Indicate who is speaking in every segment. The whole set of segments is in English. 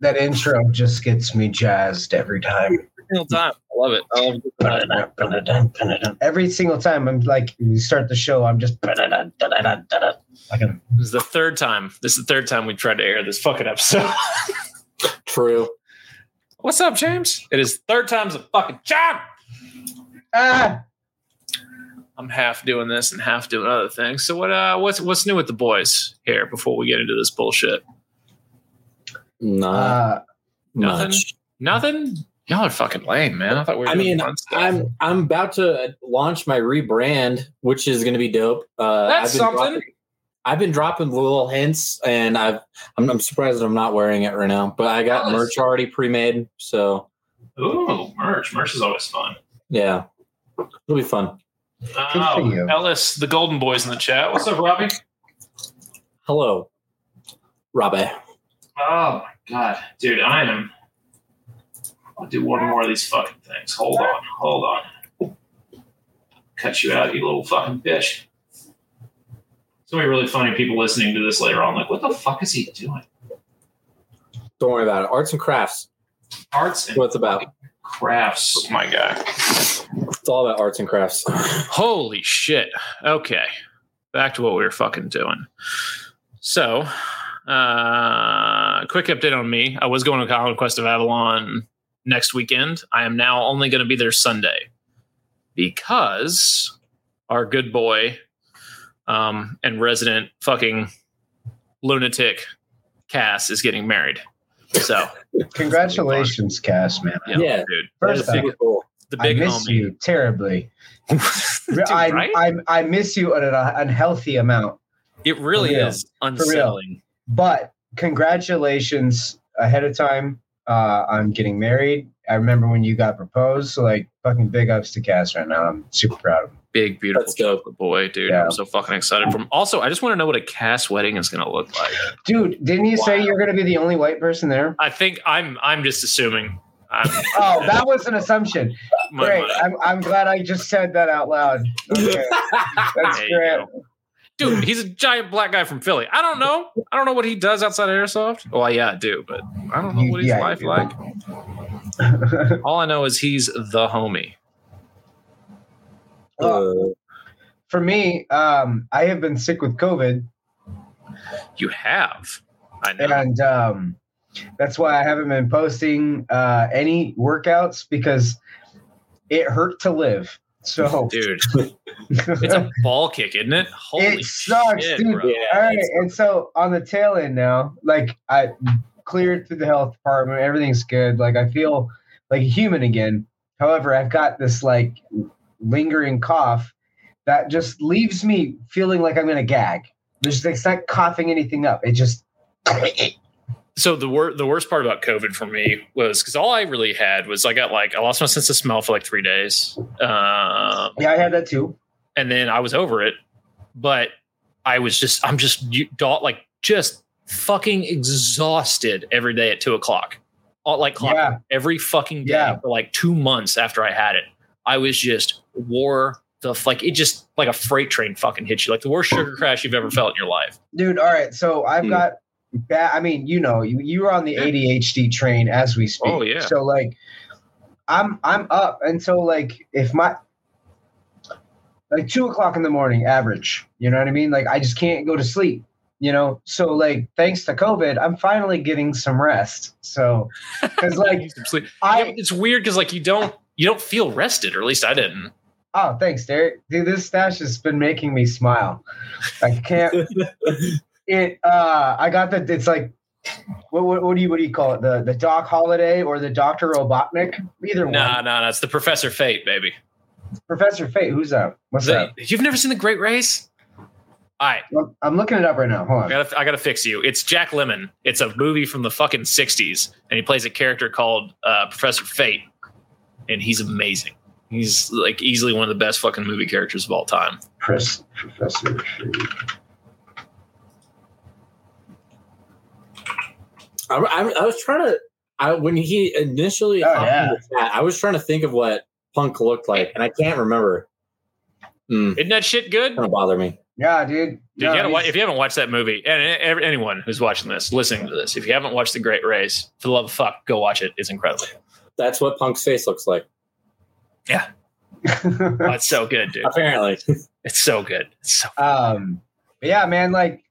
Speaker 1: that intro just gets me jazzed every time.
Speaker 2: Single time. I love it. Um, I love it.
Speaker 1: Every single time I'm like, you start the show, I'm just. Fucking-
Speaker 2: This is the third time. This is the third time we've tried to air this fucking episode.
Speaker 3: True.
Speaker 2: What's up, James? It is third time's a fucking charm.
Speaker 1: Ah!
Speaker 2: I'm half doing this and half doing other things. So what? Uh, what's what's new with the boys here? Before we get into this bullshit,
Speaker 3: Not
Speaker 1: Uh,
Speaker 2: nothing.
Speaker 3: much.
Speaker 2: nothing. Y'all are fucking lame, man. I thought we were.
Speaker 3: I
Speaker 2: doing
Speaker 3: mean,
Speaker 2: fun stuff.
Speaker 3: I'm I'm about to uh, launch my rebrand, which is going to be dope. Uh,
Speaker 2: That's
Speaker 3: I've been
Speaker 2: something.
Speaker 3: dropping- I've been dropping little hints, and I've I'm, I'm surprised I'm not wearing it right now. But I got
Speaker 2: Nice.
Speaker 3: merch already pre-made, so
Speaker 2: Ooh, merch. Merch is always fun.
Speaker 3: yeah, it'll be fun.
Speaker 1: for you.
Speaker 2: Um, Ellis, the Golden Boys in the chat. What's up, Robbie?
Speaker 3: Hello, Robbie.
Speaker 2: Oh my god, dude, I am. I'll do one more of these fucking things. Hold on, hold on. Cut you out, you little fucking bitch. So many really funny people listening to this later on, like, what the fuck is he doing?
Speaker 3: Don't worry about it. Arts and crafts.
Speaker 2: Arts and
Speaker 3: That's what it's about.
Speaker 2: crafts. My guy.
Speaker 3: It's all about arts and crafts.
Speaker 2: Holy shit. Okay. Back to what we were fucking doing. So, uh quick update on me. I was going to Conquest of Avalon next weekend. I am now only going to be there Sunday because our good boy um and resident fucking lunatic Cass is getting married. So,
Speaker 1: Congratulations, Cass, man.
Speaker 2: you know,
Speaker 3: Yeah.
Speaker 2: dude,
Speaker 1: First
Speaker 2: there's a
Speaker 1: off,
Speaker 2: big,
Speaker 3: Super cool.
Speaker 2: the
Speaker 1: I
Speaker 2: big
Speaker 1: miss
Speaker 2: homie.
Speaker 1: you terribly.
Speaker 2: Dude,
Speaker 1: I,
Speaker 2: right?
Speaker 1: I, I miss you at an unhealthy amount.
Speaker 2: It really
Speaker 1: For real.
Speaker 2: is unsettling.
Speaker 1: But congratulations ahead of time uh, on getting married. I remember when you got proposed. So, like, fucking big ups to Cass right now. I'm super proud of him.
Speaker 2: big, beautiful
Speaker 3: That's dope.
Speaker 2: chocolate boy, dude.
Speaker 1: Yeah.
Speaker 2: I'm so fucking excited for him. Also, I just want to know what a Cass wedding is going to look like.
Speaker 1: Dude, didn't you say
Speaker 3: Wow.
Speaker 1: you were going to be the only white person there?
Speaker 2: I think I'm I'm just assuming. I'm,
Speaker 1: Oh, that was an assumption.
Speaker 2: my-
Speaker 1: great.
Speaker 2: my-
Speaker 1: I'm, I'm glad I just said that out loud. Okay. That's
Speaker 2: There you
Speaker 1: great.
Speaker 2: dude, he's a giant black guy from Philly. I don't know. I don't know what he does outside of Airsoft. Well, yeah, I do, but I don't know
Speaker 1: You-
Speaker 2: what his
Speaker 1: yeah, you
Speaker 2: life
Speaker 1: do.
Speaker 2: like. All I know is he's the homie.
Speaker 3: Uh,
Speaker 1: For me, um, I have been sick with COVID,
Speaker 2: You have. I know.
Speaker 1: and um, that's why I haven't been posting uh, any workouts because it hurt to live. So
Speaker 2: Dude, it's a ball kick, isn't it? Holy
Speaker 1: sucks,
Speaker 2: shit,
Speaker 1: dude.
Speaker 2: bro.
Speaker 3: yeah.
Speaker 1: All right, and so on the tail end now, like I cleared through the health department, everything's good. Like I feel like a human again. However, I've got this like lingering cough that just leaves me feeling like I'm gonna gag. There's it's not coughing anything up. It just
Speaker 2: so the wor- the worst part about COVID for me was because all I really had was I got like I lost my sense of smell for like three days, um,
Speaker 1: yeah, I had that too.
Speaker 2: and then I was over it. But I was just I'm just you, dog- like just fucking exhausted every day at two o'clock, all, like clock,
Speaker 1: Yeah.
Speaker 2: every fucking day
Speaker 1: Yeah.
Speaker 2: for like two months after I had it. I was just wore the f- like it just like a freight train fucking hit you like the worst sugar crash you've ever felt in your life.
Speaker 1: Dude, all right. So I've
Speaker 3: Hmm.
Speaker 1: got bad. I mean, you know, you, you were on the ADHD train as we speak.
Speaker 2: Oh, yeah.
Speaker 1: So like, I'm I'm up, and so like, if my like two o'clock in the morning average, you know what I mean? Like, I just can't go to sleep. You know, so like, thanks to COVID, I'm finally getting some rest. So, because like,
Speaker 2: Some sleep. Yeah,
Speaker 1: I
Speaker 2: but it's weird because like you don't you don't feel rested, or at least I didn't.
Speaker 1: oh, thanks, Derek. Dude, this stash has been making me smile. I can't. it uh i got the it's like what, what, what do you what do you call it the the doc holiday or the dr robotnik either
Speaker 2: No,
Speaker 1: one
Speaker 2: no, no. It's the Professor Fate, baby.
Speaker 1: professor fate who's that what's
Speaker 2: The-
Speaker 1: that
Speaker 2: you've never seen The Great Race? All right,
Speaker 1: Look, i'm looking it up right now hold
Speaker 2: I
Speaker 1: on
Speaker 2: gotta, I gotta fix you. It's Jack Lemon. It's a movie from the fucking '60s, and he plays a character called uh, Professor Fate, and he's amazing. He's like easily one of the best fucking movie characters of all time.
Speaker 1: Press, professor Fate.
Speaker 3: I, I, I was trying to I, when he initially
Speaker 1: Oh,
Speaker 3: hopped
Speaker 1: yeah.
Speaker 3: into chat, I was trying to think of what Punk looked like, and I can't remember. Mm,
Speaker 2: Isn't that shit good?
Speaker 3: gonna bother me.
Speaker 1: Oh, Yeah, dude.
Speaker 2: Dude,
Speaker 1: No,
Speaker 2: you gotta
Speaker 1: he's-
Speaker 2: wa- if you haven't watched that movie, and ev- anyone who's watching this, listening to this, if you haven't watched The Great Race, for the love of fuck, go watch it. It's incredible.
Speaker 3: That's what Punk's face looks like.
Speaker 2: Oh, it's so good, dude.
Speaker 3: Apparently,
Speaker 2: It's so good. It's so
Speaker 1: um but yeah man like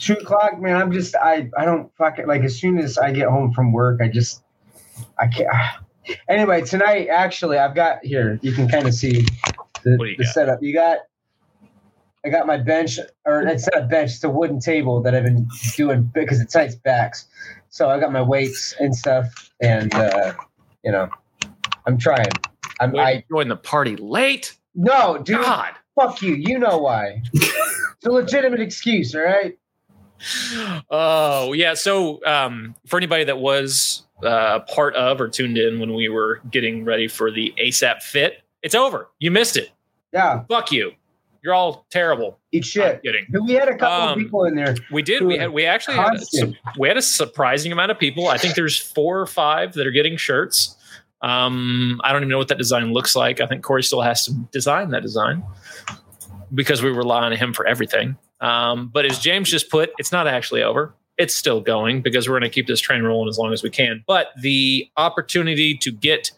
Speaker 1: two o'clock man i'm just i i don't fucking like as soon as i get home from work i just i can't anyway tonight actually i've got here you can kind of see the,
Speaker 2: What do you
Speaker 1: the
Speaker 2: got?
Speaker 1: setup you got i got my bench or it's not a bench it's a wooden table that i've been doing because it's nice backs so i got my weights and stuff and uh you know i'm trying i'm
Speaker 2: Way to
Speaker 1: i
Speaker 2: join the party late.
Speaker 1: no dude
Speaker 2: God.
Speaker 1: fuck you you know why it's a legitimate excuse all right
Speaker 2: Oh yeah. So um, for anybody that was uh, part of or tuned in when we were getting ready for the ASAP fit, it's over. You missed it.
Speaker 1: Yeah,
Speaker 2: Fuck you. You're all terrible.
Speaker 1: eat
Speaker 2: I'm
Speaker 1: shit.
Speaker 2: kidding.
Speaker 1: We had a couple
Speaker 2: Um,
Speaker 1: of people in there.
Speaker 2: We did. We had. We actually had. A,
Speaker 1: Constant.
Speaker 2: we had a surprising amount of people. I think there's four or five that are getting shirts. Um, I don't even know what that design looks like. I think Corey still has to design that design because we rely on him for everything. Um, but as James just put, it's not actually over. It's still going because we're going to keep this train rolling as long as we can. But the opportunity to get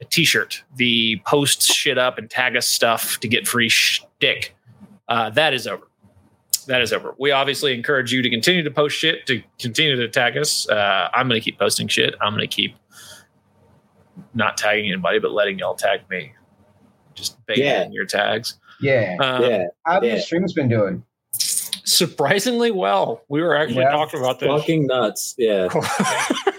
Speaker 2: a t-shirt, the post shit up and tag us stuff to get free shtick, uh, that is over that is over. We obviously encourage you to continue to post shit, to continue to tag us. Uh, I'm going to keep posting shit. I'm going to keep not tagging anybody, but letting y'all tag me. Just baiting
Speaker 3: Yeah.
Speaker 2: in your tags.
Speaker 1: Yeah,
Speaker 2: Um,
Speaker 3: yeah.
Speaker 1: how have
Speaker 3: yeah.
Speaker 1: your streams been doing?
Speaker 2: Surprisingly well. We were actually
Speaker 1: Yeah.
Speaker 2: talking about this.
Speaker 3: Fucking nuts. Yeah.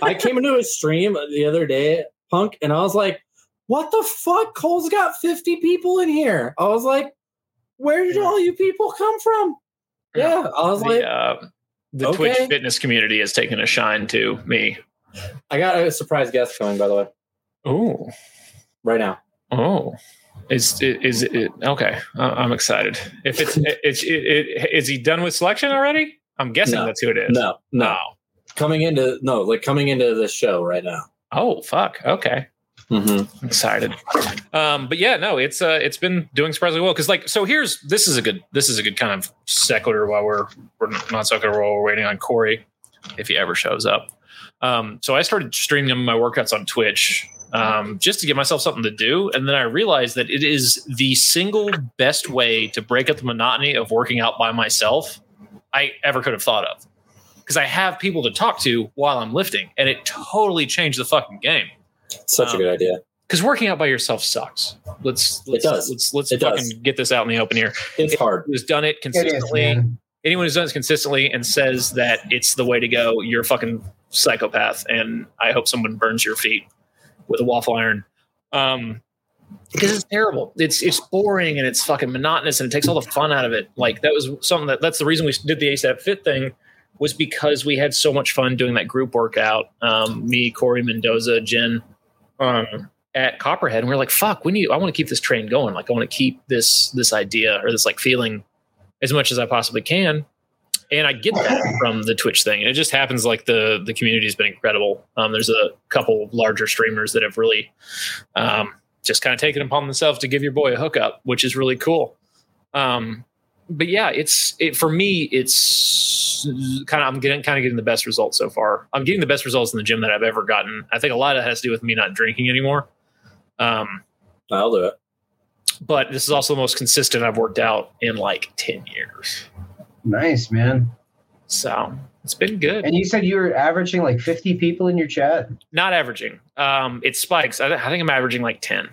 Speaker 3: I came into a stream the other day, Punk, and I was like, what the fuck? Cole's got 50 people in here. I was like, where did all you people come from? Yeah. I was like,
Speaker 2: the uh, the
Speaker 3: Okay.
Speaker 2: Twitch fitness community has taken a shine to me.
Speaker 3: I got a surprise guest coming, by the way,
Speaker 2: Ooh.
Speaker 3: right now.
Speaker 2: Oh, is is it okay? I- I'm excited. If it's it's it, it, is he done with selection already? I'm guessing
Speaker 3: No.
Speaker 2: that's who it is.
Speaker 3: No, no.
Speaker 2: No.
Speaker 3: Coming into, no, like coming into the show right now.
Speaker 2: Oh fuck. Okay.
Speaker 3: Mm-hmm.
Speaker 2: I'm excited. Um, but yeah, no, it's uh it's been doing surprisingly well. Cause like so here's this is a good this is a good kind of sequitur while we're we're not sequitur while we're waiting on Corey, if he ever shows up. Um, so I started streaming my workouts on Twitch um, just to give myself something to do. And then I realized that it is the single best way to break up the monotony of working out by myself I ever could have thought of. Because I have people to talk to while I'm lifting, and it totally changed the fucking game
Speaker 3: Such a
Speaker 2: Um,
Speaker 3: good idea.
Speaker 2: because working out by yourself sucks. Let's let's
Speaker 3: does.
Speaker 2: let's let's
Speaker 3: It
Speaker 2: fucking
Speaker 3: does.
Speaker 2: get this out in the open here.
Speaker 3: It's hard.
Speaker 2: Who's done it
Speaker 1: It is,
Speaker 2: consistently?
Speaker 1: man.
Speaker 2: Anyone who's done this consistently and says that it's the way to go, you're a fucking psychopath. And I hope someone burns your feet with a waffle iron. Um, because it's terrible. It's it's boring and it's fucking monotonous and it takes all the fun out of it. Like that was something that that's the reason we did the ASAP Fit thing was because we had so much fun doing that group workout. Um, me, Corey Mendoza, Jen, um, at Copperhead, and we are like, "Fuck, we need. I want to keep this train going. Like, I want to keep this this idea or this like feeling as much as I possibly can." And I get that from the Twitch thing. And it just happens like the the community has been incredible. Um, there's a couple larger streamers that have really um, just kind of taken it upon themselves to give your boy a hookup, which is really cool. Um, but yeah, it's it for me. It's kind of I'm getting kind of getting the best results so far. I'm getting the best results in the gym that I've ever gotten. I think a lot of it has to do with me not drinking anymore. Um,
Speaker 3: I'll do it.
Speaker 2: but this is also the most consistent I've worked out in like ten years.
Speaker 1: Nice, man.
Speaker 2: So it's been good.
Speaker 1: And you said you were averaging like 50 people in your chat.
Speaker 2: Not averaging. Um, it spikes. I, th- I think I'm averaging like ten.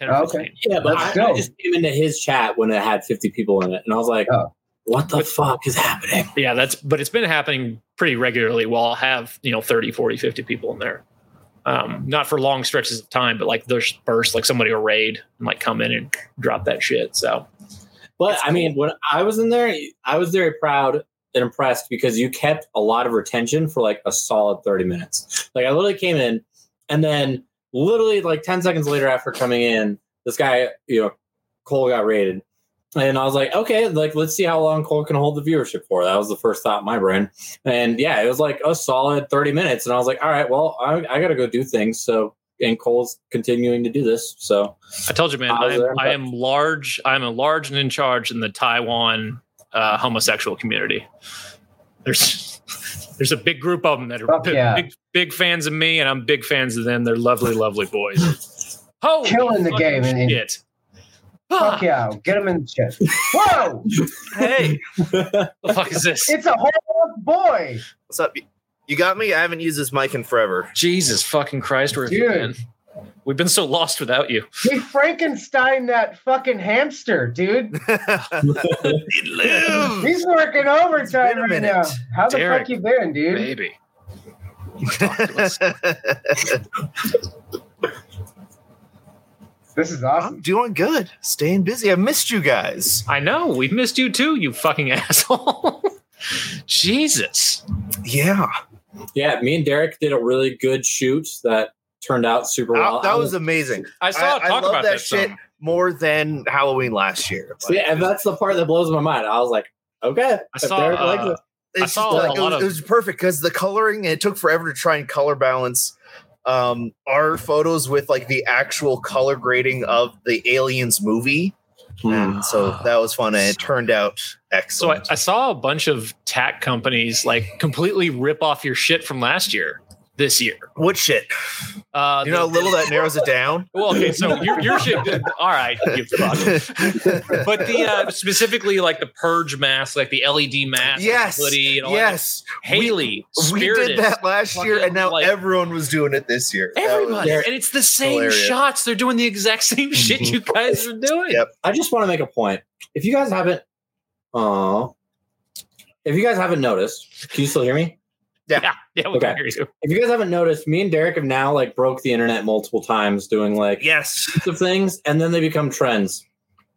Speaker 2: 10 or
Speaker 1: Oh,
Speaker 2: 15.
Speaker 1: okay.
Speaker 3: Yeah, but
Speaker 1: Let's
Speaker 3: I, I
Speaker 1: go.
Speaker 3: just came into his chat when it had 50 people in it, and I was like,
Speaker 1: Oh.
Speaker 3: what the
Speaker 2: But-
Speaker 3: fuck is happening?
Speaker 2: yeah that's but it's been happening pretty regularly well i'll have you know 30 40 50 people in there um not for long stretches of time but like there's bursts like somebody will raid and like come in and drop that shit so
Speaker 3: But I mean, when I was in there, I was very proud and impressed because you kept a lot of retention for like a solid 30 minutes. Like I literally came in and then literally like 10 seconds later after coming in, this guy, you know, Cole got raided. And I was like, okay, like let's see how long Cole can hold the viewership for. That was the first thought in my brain. And yeah, it was like a solid 30 minutes. And I was like, all right, well, I, I got to go do things. So, and Cole's continuing to do this. So,
Speaker 2: i told you man
Speaker 3: I
Speaker 2: i
Speaker 3: was
Speaker 2: am,
Speaker 3: there,
Speaker 2: I
Speaker 3: but-
Speaker 2: am large i'm a large and in charge in the taiwan uh, homosexual community. There's there's a big group of them that are
Speaker 1: Fuck
Speaker 2: big,
Speaker 1: yeah.
Speaker 2: big big fans of me, and I'm big fans of them. They're lovely, lovely boys. Holy
Speaker 1: Killing the
Speaker 2: fucking
Speaker 1: game and- and-
Speaker 2: shit. Ah,
Speaker 1: Fuck yeah, get him in the chest. Whoa,
Speaker 4: Hey,
Speaker 3: What
Speaker 2: the fuck is this?
Speaker 1: it's a whole boy.
Speaker 4: what's up? You got me? I haven't used this mic in forever.
Speaker 2: Jesus fucking Christ, where have you
Speaker 1: Dude.
Speaker 2: been? We've been so lost without you.
Speaker 1: He Frankenstein that fucking hamster, dude.
Speaker 4: it lives.
Speaker 1: He's working
Speaker 4: It's been
Speaker 1: overtime
Speaker 4: a
Speaker 1: right
Speaker 4: minute.
Speaker 1: now. How the
Speaker 2: Hmm. Derek.
Speaker 1: fuck you been, dude?
Speaker 2: Baby. Talk to us.
Speaker 1: This is
Speaker 4: I'm
Speaker 1: awesome.
Speaker 4: doing good. Staying busy. I missed you guys.
Speaker 2: I know. We've missed you too, you fucking asshole. Jesus.
Speaker 4: Yeah.
Speaker 3: yeah, me and Derek did a really good shoot that turned out super well.
Speaker 4: That- that was amazing.
Speaker 2: I saw
Speaker 4: I- I
Speaker 2: talk
Speaker 4: love
Speaker 2: about
Speaker 4: that
Speaker 2: that,
Speaker 4: shit.
Speaker 2: some.
Speaker 4: More than Halloween last year.
Speaker 3: So, yeah, and that's the part that blows my mind. I was like, okay,
Speaker 2: I
Speaker 3: if
Speaker 2: saw,
Speaker 3: Derek likes
Speaker 2: uh,
Speaker 3: it.
Speaker 4: It's
Speaker 2: I saw
Speaker 4: just
Speaker 2: a
Speaker 4: like, it,
Speaker 2: lot
Speaker 4: was,
Speaker 2: of-
Speaker 4: it was perfect because the coloring it took forever to try and color balance um our photos with like the actual color grading of the aliens movie and so that was fun and it turned out
Speaker 2: Mm. So I,
Speaker 4: excellent
Speaker 2: I saw a bunch of tack companies like completely rip off your shit from last year, this year.
Speaker 4: what shit
Speaker 2: Uh,
Speaker 4: you know a
Speaker 2: the-
Speaker 4: little that narrows it down
Speaker 2: well, okay, so your, your shit. Did, all right, you fuck. But the uh, specifically like the purge mask, like the LED mask,
Speaker 4: Yes,
Speaker 2: hoodie, and all
Speaker 4: yes
Speaker 2: That. Haley,
Speaker 4: we
Speaker 2: spirited.
Speaker 4: did that last year and now
Speaker 2: Fucking, like-
Speaker 4: everyone was doing it this year That was-
Speaker 2: Everybody, and it's the same
Speaker 4: hilarious.
Speaker 2: shots. They're doing the exact same shit you guys are doing.
Speaker 4: Yep.
Speaker 3: I just want to make a point. If you guys haven't, oh, if you guys haven't noticed, can you still hear me?
Speaker 2: Yeah, yeah, we
Speaker 3: Okay.
Speaker 2: can hear you.
Speaker 3: If you guys haven't noticed, me and Derek have now like broke the internet multiple times doing like
Speaker 4: yes
Speaker 3: of things, and then they become trends.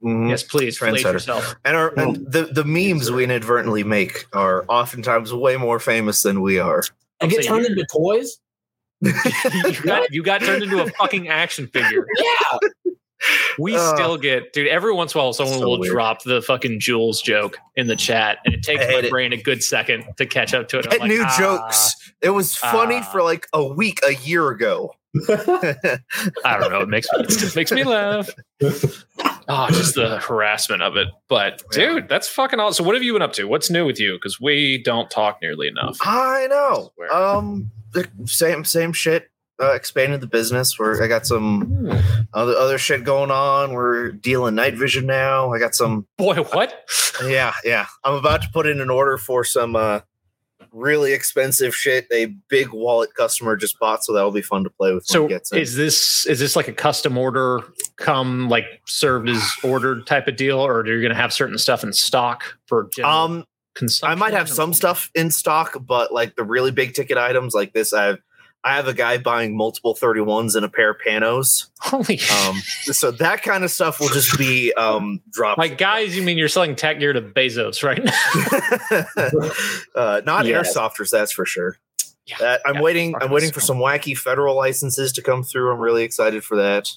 Speaker 4: Mhm.
Speaker 2: Yes, please,
Speaker 4: Trendsetter.
Speaker 2: please yourself.
Speaker 4: and, our, and the the memes we inadvertently make are oftentimes way more famous than we are
Speaker 3: And
Speaker 2: I'm
Speaker 3: get
Speaker 2: saying
Speaker 3: turned into toys.
Speaker 2: You got, you got turned into a fucking action figure.
Speaker 3: Yeah,
Speaker 2: We
Speaker 4: Ugh.
Speaker 2: still get, dude. Every once in a while, someone
Speaker 4: So
Speaker 2: will
Speaker 4: weird.
Speaker 2: drop the fucking Jules joke in the chat, and it takes
Speaker 4: I hate
Speaker 2: my
Speaker 4: it.
Speaker 2: brain a good second to catch up to it. I'm
Speaker 4: Get
Speaker 2: like,
Speaker 4: new
Speaker 2: "Ah."
Speaker 4: jokes. It was funny
Speaker 2: ah.
Speaker 4: for like a week, a year ago.
Speaker 2: I don't know. It makes me, it just makes me laugh. Ah, just the harassment of it. But
Speaker 4: Yeah.
Speaker 2: dude, that's fucking awesome. So what have you been up to? What's new with you? Because we don't talk nearly enough.
Speaker 4: I know.
Speaker 2: Swear.
Speaker 4: Um, the same same shit. Uh, expanded the business. Where I got some other other shit going on. We're dealing night vision now. I got some.
Speaker 2: Boy, what?
Speaker 4: Yeah, yeah. I'm about to put in an order for some uh really expensive shit. A big wallet customer just bought, so that'll be fun to play with.
Speaker 2: So
Speaker 4: when he gets it.
Speaker 2: is this is this like a custom order come like served as ordered type of deal, or are you gonna have certain stuff in stock for general
Speaker 4: um
Speaker 2: consumption?
Speaker 4: I might have some stuff in stock, but like the really big ticket items like this, I have I have a guy buying multiple 31s and a pair of panos.
Speaker 2: Holy
Speaker 4: Um, so that kind of stuff will just be um dropped.
Speaker 2: Like guys, you mean you're selling tech gear to Bezos right now?
Speaker 4: uh, not
Speaker 3: Yeah.
Speaker 4: airsofters, that's for sure.
Speaker 2: Yeah.
Speaker 4: That, I'm
Speaker 2: Yeah,
Speaker 4: waiting. I'm
Speaker 2: fucking
Speaker 4: waiting for
Speaker 2: so.
Speaker 4: some wacky federal licenses to come through. I'm really excited for that.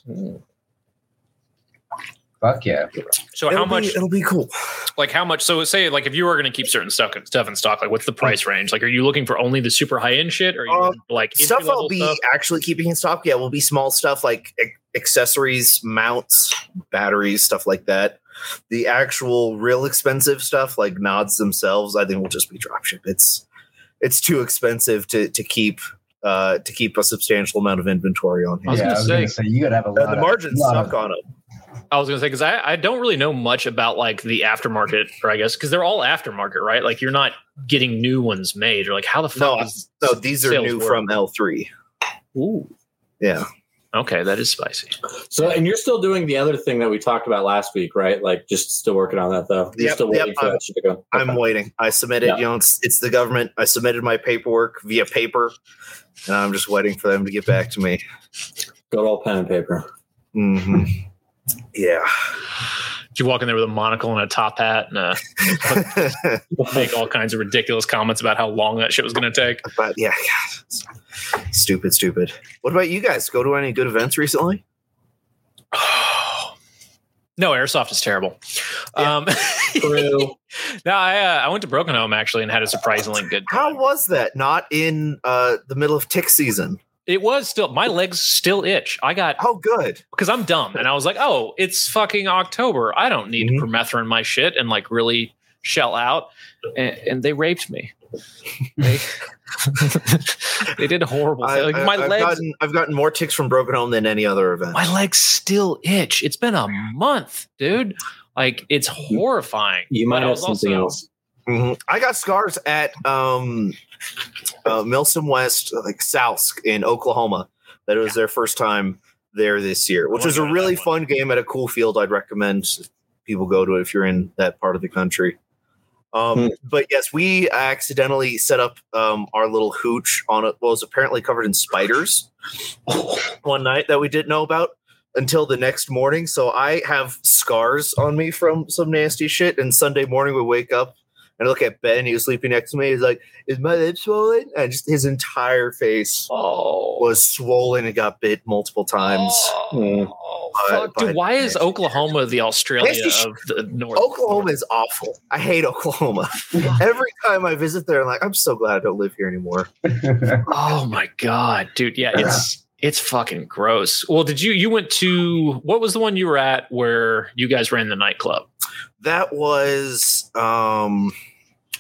Speaker 1: Fuck yeah.
Speaker 2: So
Speaker 4: it'll
Speaker 2: how
Speaker 4: be,
Speaker 2: much?
Speaker 4: It'll be cool.
Speaker 2: Like how much? So say like if you were going to keep certain stuff stuff in stock, like what's the price range? Like are you looking for only the super high end shit, or are you
Speaker 4: Um,
Speaker 2: looking for, like
Speaker 4: stuff
Speaker 2: entry-level
Speaker 4: I'll be
Speaker 2: stuff?
Speaker 4: actually keeping in stock. Yeah, will be small stuff like ac- accessories, mounts, batteries, stuff like that. The actual real expensive stuff like nods themselves, I think will just be dropship. It's it's too expensive to to keep uh to keep a substantial amount of inventory on
Speaker 2: I was
Speaker 4: hand.
Speaker 1: yeah,
Speaker 2: gonna say-
Speaker 1: you gotta have a lot
Speaker 4: Uh, the
Speaker 1: of-
Speaker 4: margins
Speaker 1: lot
Speaker 4: suck
Speaker 1: of-
Speaker 4: on them.
Speaker 2: I was going to say because I, I don't really know much about like the aftermarket, or I guess because they're all aftermarket, right? Like you're not getting new ones made, or like how the
Speaker 4: No,
Speaker 2: fuck? is
Speaker 4: So these are
Speaker 2: sales
Speaker 4: new
Speaker 2: work?
Speaker 4: from L three.
Speaker 2: Ooh,
Speaker 4: Yeah.
Speaker 2: okay, that is spicy.
Speaker 3: So, and you're still doing the other thing that we talked about last week, right? Like, just still working on that though. You're
Speaker 4: Yep,
Speaker 3: still
Speaker 4: yep, uh,
Speaker 3: waiting for
Speaker 4: I'm-
Speaker 3: that shit to go.
Speaker 4: I'm
Speaker 3: Okay.
Speaker 4: waiting. I submitted,
Speaker 3: Yeah.
Speaker 4: you know, it's, it's the government. I submitted my paperwork via paper, and I'm just waiting for them to get back to me.
Speaker 3: good old pen and paper.
Speaker 4: hmm Yeah.
Speaker 2: You walk in there with a monocle and a top hat and uh, make all kinds of ridiculous comments about how long that shit was going to take.
Speaker 4: but yeah, God. stupid, stupid. What about you guys? Go to any good events recently?
Speaker 2: no, airsoft is terrible.
Speaker 4: Yeah.
Speaker 2: Um,
Speaker 3: True.
Speaker 2: no, I uh, I went to Broken Home actually and had a surprisingly good.
Speaker 4: How
Speaker 2: Time.
Speaker 4: was that? Not in uh, the middle of tick season.
Speaker 2: It was still my legs still itch. I got
Speaker 4: Oh, good.
Speaker 2: because I'm dumb and I was like, oh, it's fucking October. I don't need
Speaker 4: Mhm.
Speaker 2: permethrin in my shit and like really shell out, and, and they raped me. They, they did horrible.
Speaker 4: I,
Speaker 2: thing. Like, my
Speaker 4: have
Speaker 2: legs,
Speaker 4: gotten, I've gotten more ticks from Broken Home than any other event.
Speaker 2: my legs still itch. It's been a month, dude. Like it's horrifying.
Speaker 3: You might
Speaker 2: But I
Speaker 3: have
Speaker 2: was
Speaker 3: something
Speaker 2: also-
Speaker 3: else.
Speaker 4: Mhm. I got scars at um, uh, Milsom West, like Sousk in Oklahoma. That was their first time there this year, which
Speaker 5: wanna
Speaker 4: was a
Speaker 5: go to
Speaker 4: really
Speaker 5: that one.
Speaker 4: fun game at a cool field. I'd recommend people go to it if you're in that part of the country. Um,
Speaker 3: Hmm.
Speaker 4: But yes, we accidentally set up um, our little hooch on it. Well, it was apparently covered in spiders one night that we didn't know about until the next morning. So I have scars on me from some nasty shit. And Sunday morning we wake up and I look at Ben. He was sleeping next to me. He's like, "Is my lip swollen?" And just his entire face
Speaker 2: Oh,
Speaker 4: was swollen and got bit multiple times.
Speaker 2: Oh, fuck,
Speaker 4: But-
Speaker 2: dude. Why is
Speaker 4: but-
Speaker 2: Oklahoma the Australia
Speaker 4: Yes, you
Speaker 2: of the North?
Speaker 4: Oklahoma is awful. I hate Oklahoma. Every time I visit there, I'm like, I'm so glad I don't live here anymore.
Speaker 2: Oh my god, dude. Yeah, it's it's fucking gross. Well, did you you went to what was the one you were at where you guys ran the nightclub?
Speaker 4: That was um,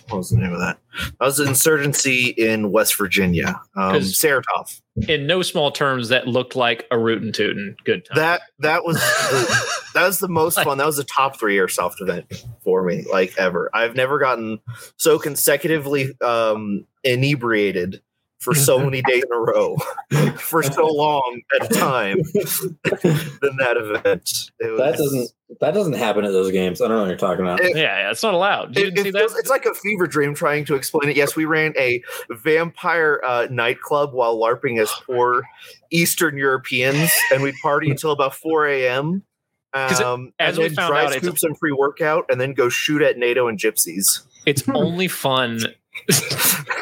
Speaker 4: what was the name of that? That was an insurgency in West Virginia, um,
Speaker 2: 'Cause-
Speaker 4: Saratov.
Speaker 2: In no small terms, that looked like a rootin' tootin' good time.
Speaker 4: that that was the, that was the most fun. That was the top three airsoft event for me, like ever. I've never gotten so consecutively um, inebriated for so many days in a row for so long at a time than that event. It was-
Speaker 3: That doesn't that doesn't happen at those games. I don't know what you're talking about.
Speaker 4: It-
Speaker 2: yeah, yeah, it's not allowed. You
Speaker 4: It,
Speaker 2: didn't see
Speaker 4: it
Speaker 2: that?
Speaker 4: feels- it's like a fever dream trying to explain it. Yes, we ran a vampire uh, nightclub while LARPing
Speaker 2: Oh
Speaker 4: as poor Eastern Europeans, and we'd party until about 4 a.m.
Speaker 2: 'Cause it-
Speaker 4: Um,
Speaker 2: as
Speaker 4: and
Speaker 2: we
Speaker 4: then
Speaker 2: found
Speaker 4: dry
Speaker 2: out, it's
Speaker 4: scoop some free workout, and then go shoot at NATO and gypsies.
Speaker 2: it's only fun.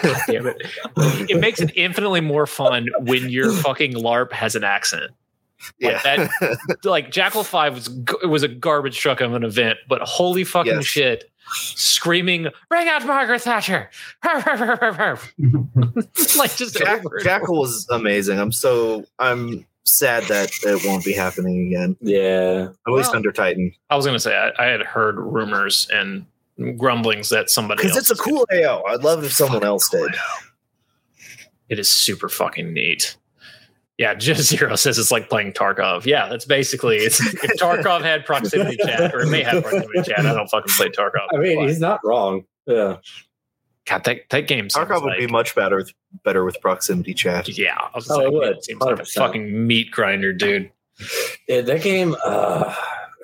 Speaker 2: God damn it. It makes it infinitely more fun when your fucking LARP has an accent.
Speaker 4: Yeah,
Speaker 2: Like like Jackal Five was g- was a garbage truck of an event, but holy fucking
Speaker 4: Yes.
Speaker 2: shit! Screaming, bring out Margaret Thatcher! like just
Speaker 4: Jack,
Speaker 2: over and
Speaker 4: Jackal was amazing. I'm so I'm sad that it won't be happening again.
Speaker 3: Yeah.
Speaker 4: At least
Speaker 2: Well-
Speaker 4: under Titan,
Speaker 2: I was gonna say I, I had heard rumors and grumblings that somebody
Speaker 4: because it's a
Speaker 2: else did.
Speaker 4: cool AO. I'd love if someone else did.
Speaker 2: It is super fucking neat. Yeah, Just Zero says it's like playing Tarkov. Yeah, that's basically it's, if Tarkov had proximity chat, or it may have proximity chat. I don't fucking play Tarkov.
Speaker 3: I mean,
Speaker 2: But-
Speaker 3: he's not wrong. Yeah.
Speaker 2: God, that, that game. sounds
Speaker 4: Tarkov would
Speaker 2: like-
Speaker 4: be much better with better with proximity chat.
Speaker 2: Yeah, I was
Speaker 3: Oh,
Speaker 2: like,
Speaker 3: it would.
Speaker 2: seems like a
Speaker 3: 100%.
Speaker 2: fucking meat grinder, dude.
Speaker 3: Yeah, that game, uh,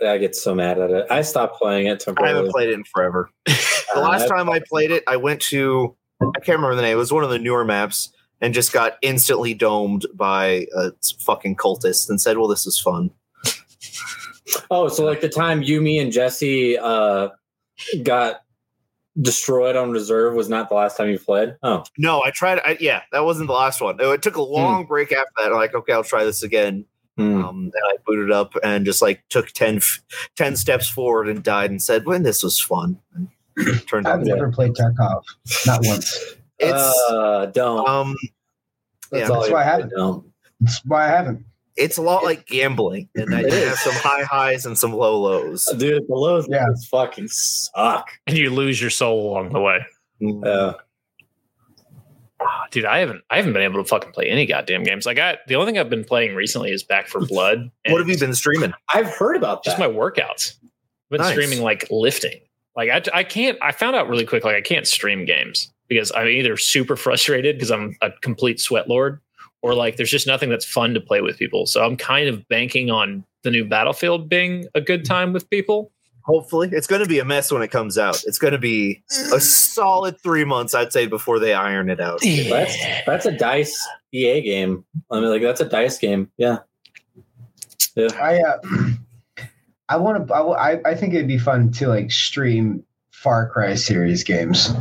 Speaker 3: I get so mad at it. I stopped playing it
Speaker 4: I
Speaker 3: temporarily.
Speaker 4: haven't played it in forever. The
Speaker 3: Uh,
Speaker 4: last
Speaker 3: I-
Speaker 4: time I played it, I went to I can't remember the name. It was one of the newer maps and just got instantly domed by a fucking cultist and said, "Well, this is fun."
Speaker 3: Oh, so like the time you, me, and Jesse uh, got destroyed on reserve was not the last time you played. Oh,
Speaker 4: No, I tried. I, yeah, that wasn't the last one. It, took a long break after that. I'm like, okay, I'll try this again.
Speaker 3: Hmm.
Speaker 4: Um, and I booted up and just like took 10, f- 10 steps forward and died and said, "When this was fun." And turned
Speaker 1: I've
Speaker 4: out
Speaker 1: never played Tarkov, not once.
Speaker 4: it's
Speaker 3: uh, don't.
Speaker 4: um,
Speaker 3: That's
Speaker 4: yeah.
Speaker 3: all
Speaker 1: That's
Speaker 3: you
Speaker 1: what
Speaker 3: have to
Speaker 1: happened.
Speaker 3: do.
Speaker 1: That's why I haven't.
Speaker 4: it's a lot like gambling, and that
Speaker 3: It
Speaker 4: you
Speaker 3: is.
Speaker 4: have some high highs and some low lows.
Speaker 3: Dude, the lows
Speaker 1: Yeah.
Speaker 3: just fucking suck.
Speaker 2: And you lose your soul along the way.
Speaker 4: Mm.
Speaker 2: Ah,
Speaker 3: Uh,
Speaker 2: Dude, I haven't I haven't been able to fucking play any goddamn games. Like I the only thing I've been playing recently is Back for Blood. and
Speaker 4: what have you been streaming?
Speaker 3: I've heard about that.
Speaker 2: just my workouts. I've been
Speaker 4: Nice.
Speaker 2: streaming like lifting. Like I I can't I found out really quick like I can't stream games because I'm either super frustrated because I'm a complete sweat lord or like there's just nothing that's fun to play with people. So I'm kind of banking on the new Battlefield being a good time with people.
Speaker 4: Hopefully, it's going to be a mess when it comes out. It's going to be a solid three months, I'd say, before they iron it out.
Speaker 3: That's that's a dice EA game. I mean, like that's a dice game. Yeah. Yeah.
Speaker 1: I uh, I want to. I, wa- I I think it'd be fun to like stream Far Cry series games,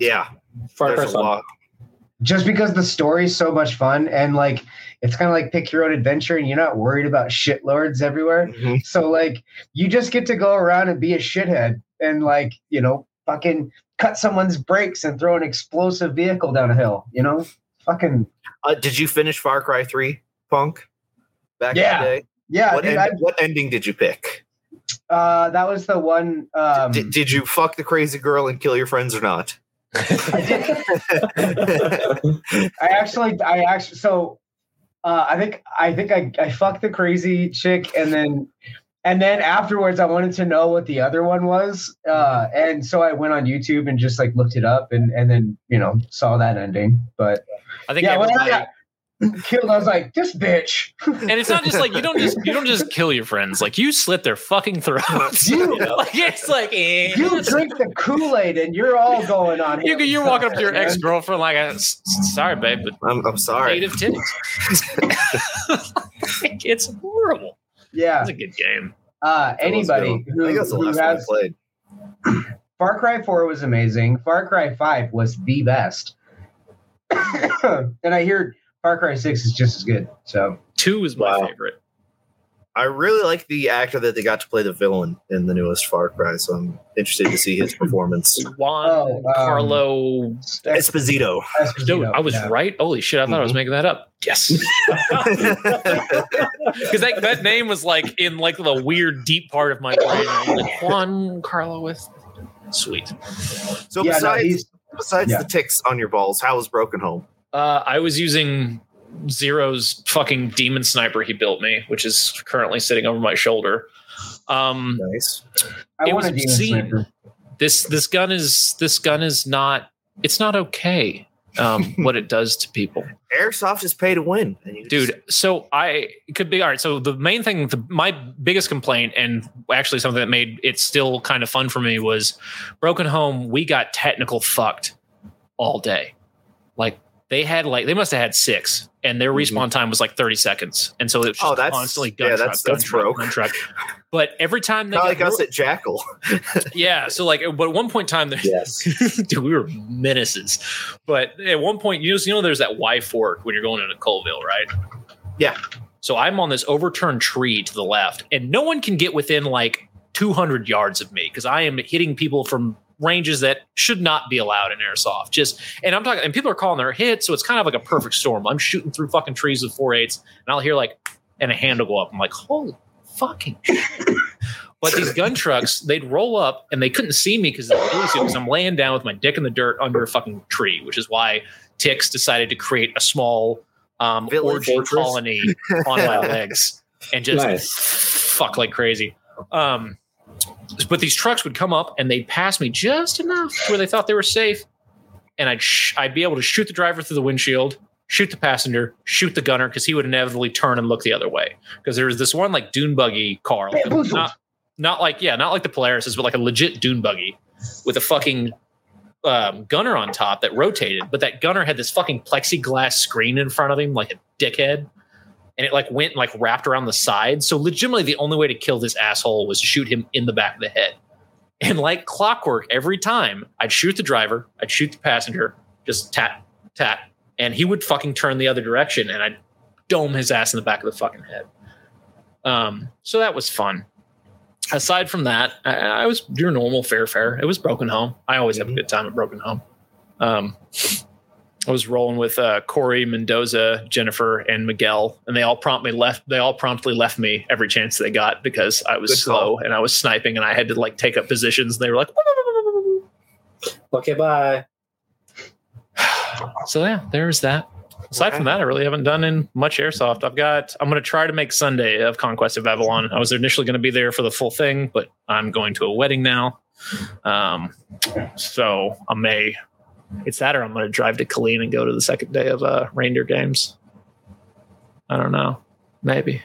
Speaker 4: Yeah,
Speaker 3: Far Cry
Speaker 4: there's a
Speaker 3: Sun.
Speaker 4: lot.
Speaker 1: just because the story's so much fun and like it's kind of like pick your own adventure, and you're not worried about shitlords everywhere.
Speaker 4: Mhm.
Speaker 1: So like you just get to go around and be a shithead and like you know fucking cut someone's brakes and throw an explosive vehicle down a hill. You know, fucking
Speaker 4: Uh, did you finish Far Cry Three, Punk? Back in
Speaker 1: Yeah.
Speaker 4: the day,
Speaker 1: yeah.
Speaker 4: what,
Speaker 1: dude,
Speaker 4: end-
Speaker 1: I,
Speaker 4: what ending did you pick?
Speaker 1: Uh, that was the one. Um,
Speaker 4: did, did you fuck the crazy girl and kill your friends or not?
Speaker 1: I actually, I actually, so uh, I think, I think I, I fucked the crazy chick, and then, and then afterwards, I wanted to know what the other one was, uh,
Speaker 2: Mm-hmm.
Speaker 1: and so I went on YouTube and just like looked it up, and and then you know saw that ending. But
Speaker 2: I think
Speaker 1: yeah, when
Speaker 2: everybody.
Speaker 1: I got killed, I was like, this bitch,
Speaker 2: and it's not just like you don't just you don't just kill your friends. Like you slit their fucking throats.
Speaker 1: You-
Speaker 2: like it's like eh.
Speaker 1: you drink the Kool Aid, and you're all going on.
Speaker 2: You, you're walking up to your
Speaker 1: man.
Speaker 2: ex girlfriend like, "S- s- sorry, babe, but
Speaker 4: I'm, I'm sorry.
Speaker 2: native titties. Like, it's horrible.
Speaker 1: Yeah,
Speaker 2: It's a good game.
Speaker 1: uh, anybody
Speaker 4: I
Speaker 1: who,
Speaker 4: think that's the
Speaker 1: who
Speaker 4: last one I
Speaker 1: has
Speaker 4: played.
Speaker 1: Far Cry 4 was amazing. Far Cry 5 was the best. and I hear Far Cry 6 is just as good. So
Speaker 2: Two is my
Speaker 4: Wow.
Speaker 2: favorite.
Speaker 4: I really like the actor that they got to play the villain in the newest Far Cry, so I'm interested to see his performance.
Speaker 2: Juan
Speaker 1: Oh, um,
Speaker 2: Uh, Carlo.
Speaker 1: Ex-
Speaker 4: Esposito.
Speaker 1: Esposito,
Speaker 2: Dude, I was
Speaker 1: yeah. Mm-hmm.
Speaker 2: right. Holy shit! I thought I was making that up. Yes, because that, that name was like in like the weird deep part of my brain. I'm like, Juan Carlo with sweet.
Speaker 4: so
Speaker 1: yeah, no,
Speaker 4: besides
Speaker 1: he's,
Speaker 4: besides
Speaker 1: yeah.
Speaker 4: the ticks on your balls, how was Broken Home?
Speaker 2: Uh, I was using Zero's fucking demon sniper he built me, which is currently sitting over my shoulder. Um,
Speaker 4: Nice.
Speaker 1: I
Speaker 2: it
Speaker 1: want
Speaker 2: was
Speaker 1: a demon
Speaker 2: obscene.
Speaker 1: sniper.
Speaker 2: this this gun is this gun is not it's not okay um, what it does to people
Speaker 4: Airsoft is pay to win, and you
Speaker 2: dude so i could be all right so the main thing the, my biggest complaint and actually something that made it still kind of fun for me was broken home we got technical fucked all day like they had like they must have had six and their
Speaker 4: Mhm.
Speaker 2: respawn time was like 30 seconds and so it was just
Speaker 4: Oh, that's-
Speaker 2: constantly gun
Speaker 4: yeah,
Speaker 2: truck,
Speaker 4: that's-
Speaker 2: gun
Speaker 4: that's
Speaker 2: truck,
Speaker 4: broke.
Speaker 2: gun truck. but every time they
Speaker 4: Not
Speaker 2: got
Speaker 4: like us
Speaker 2: real-
Speaker 4: at Jackal.
Speaker 2: yeah so like but at one point in time there,
Speaker 4: Yes.
Speaker 2: dude, we were menaces. But at one point, you just you know, there's that Y fork when you're going into Colville, right?
Speaker 4: Yeah.
Speaker 2: So I'm on this overturned tree to the left, and no one can get within like 200 yards of me because I am hitting people from ranges that should not be allowed in airsoft. Just and I'm talking, and people are calling their hits, so it's kind of like a perfect storm. I'm shooting through fucking trees with four eights, and I'll hear like, and a hand will go up. I'm like, holy fucking shit. But these gun trucks, they'd roll up and they couldn't see me because I'm laying down with my dick in the dirt under a fucking tree, which is why Tix decided to create a small um,
Speaker 4: Village
Speaker 2: orgy
Speaker 4: fortress.
Speaker 2: colony on my legs and just
Speaker 3: Nice.
Speaker 2: fuck like crazy. Um, but these trucks would come up and they'd pass me just enough to where they thought they were safe, and I'd sh- I'd be able to shoot the driver through the windshield, shoot the passenger, shoot the gunner because he would inevitably turn and look the other way because there was this one like dune buggy car, like,
Speaker 1: Bamboozled.
Speaker 2: not not like yeah, not like the Polaris, but like a legit dune buggy with a fucking um, gunner on top that rotated, but that gunner had this fucking plexiglass screen in front of him, like a dickhead. And it like went and like wrapped around the side. So legitimately, the only way to kill this asshole was to shoot him in the back of the head. And like clockwork, every time I'd shoot the driver, I'd shoot the passenger, just tap, tap, and he would fucking turn the other direction, and I'd dome his ass in the back of the fucking head. Um, so that was fun. Aside from that, I, I was your normal fair fare. It was Broken Home. I always have a
Speaker 4: Mhm.
Speaker 2: good time at Broken Home. Um, I was rolling with uh, Corey Mendoza, Jennifer, and Miguel, and they all promptly left. They all promptly left me every chance they got because I was
Speaker 4: Good call.
Speaker 2: slow and I was sniping, and I had to like take up positions. And they were like,
Speaker 3: Okay, bye.
Speaker 2: so yeah, there's that. Aside from that, I really haven't done in much airsoft. I've got. I'm going to try to make Sunday of Conquest of Avalon. I was initially going to be there for the full thing, but I'm going to a wedding now. Um, so I may. It's that, or I'm going to drive to Colleen and go to the second day of uh, Reindeer Games. I don't know. Maybe.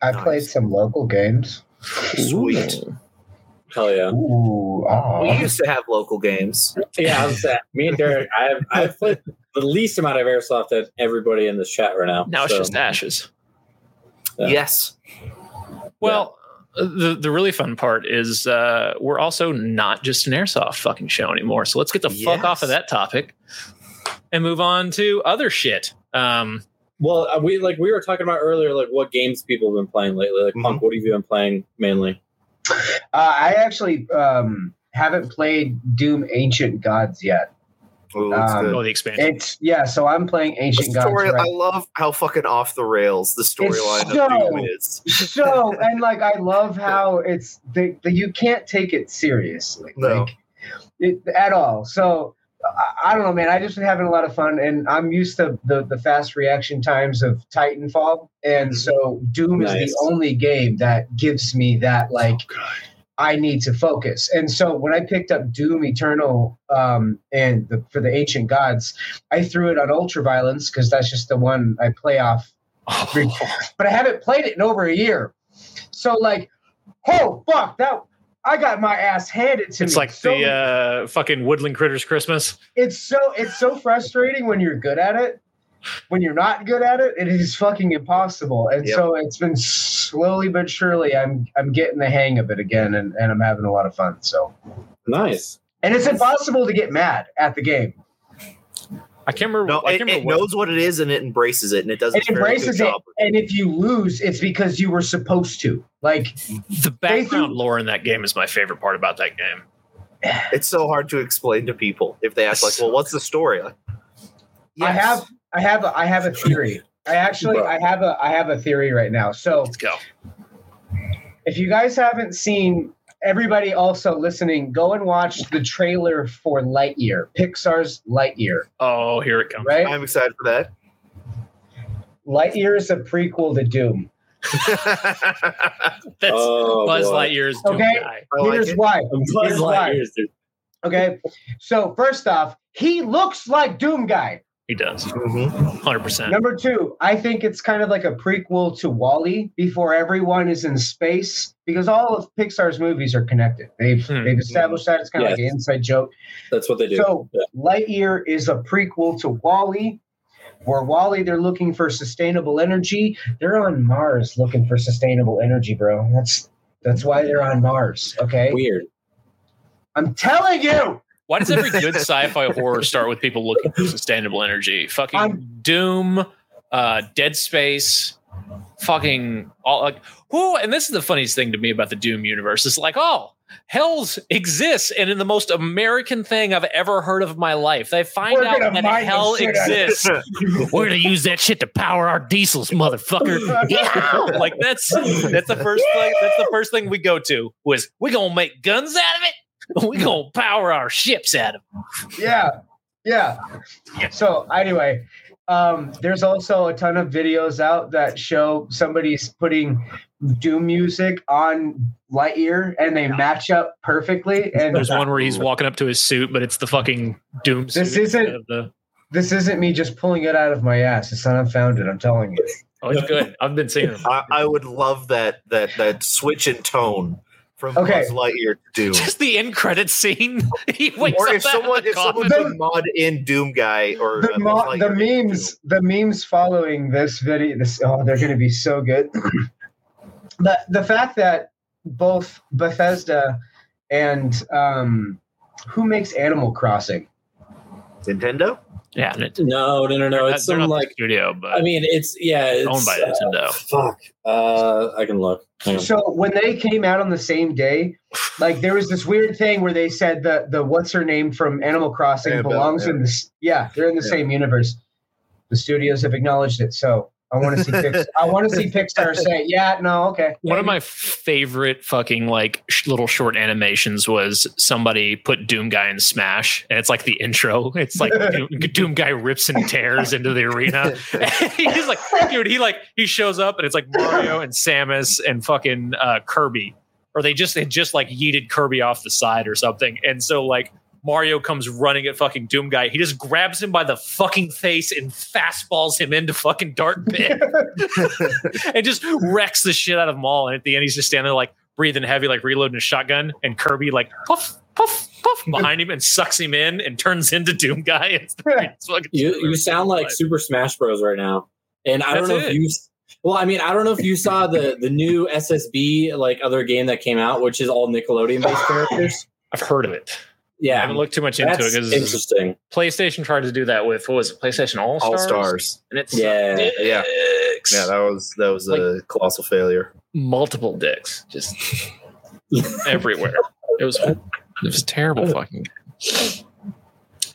Speaker 1: I
Speaker 4: Nice.
Speaker 1: played some local games.
Speaker 4: Sweet.
Speaker 3: Hell yeah.
Speaker 1: Ooh, oh. aw.
Speaker 4: We used to have local games.
Speaker 3: Yeah, I'm sad. Me and Derek, I've I've played the least amount of airsoft that everybody in this chat right now.
Speaker 2: Now it's
Speaker 3: so-
Speaker 2: just ashes.
Speaker 3: Yeah.
Speaker 4: Yes.
Speaker 2: Well, uh, the the really fun part is uh, we're also not just an airsoft fucking show anymore. So let's get the fuck
Speaker 4: Yes.
Speaker 2: off of that topic and move on to other shit. Um,
Speaker 3: Well, uh, we like we were talking about earlier, like what games people have been playing lately. Like,
Speaker 4: Mhm.
Speaker 3: Punk, what have you been playing mainly?
Speaker 1: Uh, I actually um, haven't played Doom Ancient Gods yet.
Speaker 4: Ooh, that's
Speaker 1: Um,
Speaker 4: good.
Speaker 2: Oh, the expansion.
Speaker 1: It's yeah. So I'm playing
Speaker 4: The
Speaker 1: Ancient Gods.
Speaker 4: story,
Speaker 1: right?
Speaker 4: I love how fucking off the rails the storyline
Speaker 1: so-
Speaker 4: of Doom is.
Speaker 1: so and like I love how it's the, the you can't take it seriously
Speaker 4: No.
Speaker 1: like it, at all. So I, I don't know, man. I just been having a lot of fun, and I'm used to the the fast reaction times of Titanfall, and so Doom is
Speaker 3: Nice.
Speaker 1: the only game that gives me that like. I need to focus, and so when I picked up Doom Eternal um, and the, for the Ancient Gods, I threw it on Ultra Violence because that's just the one I play off
Speaker 2: Oh,
Speaker 4: Oh.
Speaker 1: but I haven't played it in over a year. So like, oh fuck, that I got my ass handed to me.
Speaker 2: It's like
Speaker 1: so,
Speaker 2: the uh, fucking Woodland Critters Christmas.
Speaker 1: it's so it's so frustrating when you're good at it. When you're not good at it, it is fucking impossible. And
Speaker 4: Yep.
Speaker 1: so it's been slowly but surely I'm I'm getting the hang of it again and, and I'm having a lot of fun. So
Speaker 3: Nice.
Speaker 1: and it's impossible to get mad at the game.
Speaker 2: I can't remember.
Speaker 4: No,
Speaker 2: I
Speaker 4: it,
Speaker 2: can't
Speaker 4: it
Speaker 2: remember what.
Speaker 4: knows what it is and it embraces it, and it does.
Speaker 1: It
Speaker 4: a very good
Speaker 1: embraces it
Speaker 4: job.
Speaker 1: and if you lose, it's because you were supposed to. Like
Speaker 2: The background lore in that game is my favorite part about that game.
Speaker 4: It's so hard to explain to people if they ask, like, "Well, what's the story?" Like,
Speaker 1: I
Speaker 4: yes.
Speaker 1: have I have a, I have a theory. I actually I have a I have a theory right now. So
Speaker 2: Let's go.
Speaker 1: if you guys haven't seen everybody also listening, go and watch the trailer for Lightyear, Pixar's Lightyear,
Speaker 2: Oh, here it comes.
Speaker 1: right?
Speaker 4: I'm excited for that.
Speaker 1: Lightyear is a prequel to Doom.
Speaker 4: I
Speaker 2: That's
Speaker 3: oh,
Speaker 2: Buzz
Speaker 3: boy.
Speaker 2: Lightyear's Doom
Speaker 1: Okay.
Speaker 2: guy.
Speaker 4: like
Speaker 1: Here's
Speaker 4: it.
Speaker 1: why.
Speaker 3: Buzz
Speaker 1: Here's why.
Speaker 3: Lightyear's the
Speaker 1: Okay. So first off, he looks like Doom Guy.
Speaker 2: He does.
Speaker 4: Mhm.
Speaker 2: 100%.
Speaker 1: Number two, I think it's kind of like a prequel to Wally before everyone is in space because all of Pixar's movies are connected. They've
Speaker 2: Hmm.
Speaker 1: they've established that it's kind of like
Speaker 3: Yes.
Speaker 1: an inside joke.
Speaker 3: That's what they do.
Speaker 1: So
Speaker 3: Yeah.
Speaker 1: Lightyear is a prequel to Wally. Where Wally, they're looking for sustainable energy. They're on Mars looking for sustainable energy, bro. That's that's why they're on Mars. Okay,
Speaker 3: Weird.
Speaker 1: I'm telling you.
Speaker 2: Why does every good sci-fi horror start with people looking for sustainable energy? Fucking
Speaker 1: I'm-
Speaker 2: Doom, uh, Dead Space, fucking all like who? And this is the funniest thing to me about the Doom universe. It's like, oh, Hell's exists, and in the most American thing I've ever heard of in my life, they find
Speaker 1: We're gonna
Speaker 2: out that
Speaker 1: mine the
Speaker 2: Hell
Speaker 1: shit out of it.
Speaker 2: exists. We're gonna use that shit to power our diesels, motherfucker. Yeah! Like that's that's the first thing that's the first thing we go to was we gonna make guns out of it. We gonna power our ships out of
Speaker 1: yeah yeah so anyway um there's also a ton of videos out that show somebody's putting doom music on lightyear and they match up perfectly
Speaker 2: it.
Speaker 1: and
Speaker 2: There's one where he's walking up to his suit, but it's the fucking doom suit.
Speaker 1: This isn't-
Speaker 2: instead of the-
Speaker 1: this isn't me just pulling it out of my ass it's not unfounded i'm telling you
Speaker 2: oh, it's good. I've been seeing him.
Speaker 4: I, I would love that that that switch in tone from
Speaker 1: Okay.
Speaker 4: Buzz Lightyear to Doom.
Speaker 2: Just the end credit scene. he wakes
Speaker 4: Or
Speaker 2: up
Speaker 4: if someone if someone
Speaker 1: coffin.
Speaker 4: could mod in Doom guy or
Speaker 1: the,
Speaker 4: uh,
Speaker 1: mo-
Speaker 4: Buzz
Speaker 1: the
Speaker 4: Lightyear into
Speaker 1: memes the memes following this video this oh they're gonna be so good the the fact that both bethesda and um who makes animal crossing
Speaker 4: Doom. Nintendo.
Speaker 2: yeah, and it,
Speaker 3: No, no, no, no.
Speaker 2: they're
Speaker 3: It's
Speaker 2: not
Speaker 3: some
Speaker 2: the
Speaker 3: like.
Speaker 2: studio, but
Speaker 3: I mean, it's yeah. It's
Speaker 2: owned by Nintendo.
Speaker 3: Fuck. Uh, I can look. Hang on.
Speaker 1: So when they came out on the same day, like there was this weird thing where they said the the what's her name from Animal Crossing
Speaker 4: Annabelle,
Speaker 1: belongs in
Speaker 4: yeah.
Speaker 1: this. Yeah, they're in the
Speaker 4: Yeah.
Speaker 1: same universe. The studios have acknowledged it, so I want to see Pix- I want to see Pixar say, yeah, no, okay.
Speaker 2: One of my favorite fucking like sh- little short animations was somebody put Doom Guy in Smash, and it's like the intro. It's like Doom, Doom Guy rips and tears into the arena. He's like, dude, he like he shows up, and it's like Mario and Samus and fucking uh, Kirby, or they just they just like yeeted Kirby off the side or something, and so like. Mario comes running at fucking Doom Guy. He just grabs him by the fucking face and fastballs him into fucking Dart Pit and just wrecks the shit out of them all. And at the end, he's just standing there, like breathing heavy, like reloading a shotgun. And Kirby, like puff, puff, puff behind him and sucks him in and turns into Doom Guy. It's the greatest fucking
Speaker 3: You
Speaker 2: trailer
Speaker 3: you
Speaker 2: I've
Speaker 3: sound
Speaker 2: seen in my
Speaker 3: like
Speaker 2: life.
Speaker 3: Super Smash Bros right now, and I
Speaker 2: That's
Speaker 3: don't know
Speaker 2: it.
Speaker 3: if you. Well, I mean, I don't know if you saw the the new SSB like other game that came out, which is all Nickelodeon based characters.
Speaker 2: I've heard of it. I haven't
Speaker 3: Yeah,
Speaker 2: looked too much into
Speaker 3: that's
Speaker 2: it because
Speaker 3: interesting.
Speaker 2: PlayStation tried to do that with what was it? PlayStation All
Speaker 4: All
Speaker 2: Stars.
Speaker 4: stars.
Speaker 2: and it's
Speaker 3: Yeah.
Speaker 4: Yeah. Yeah, that was that was a colossal failure.
Speaker 2: multiple dicks just everywhere. It was it was terrible. Fucking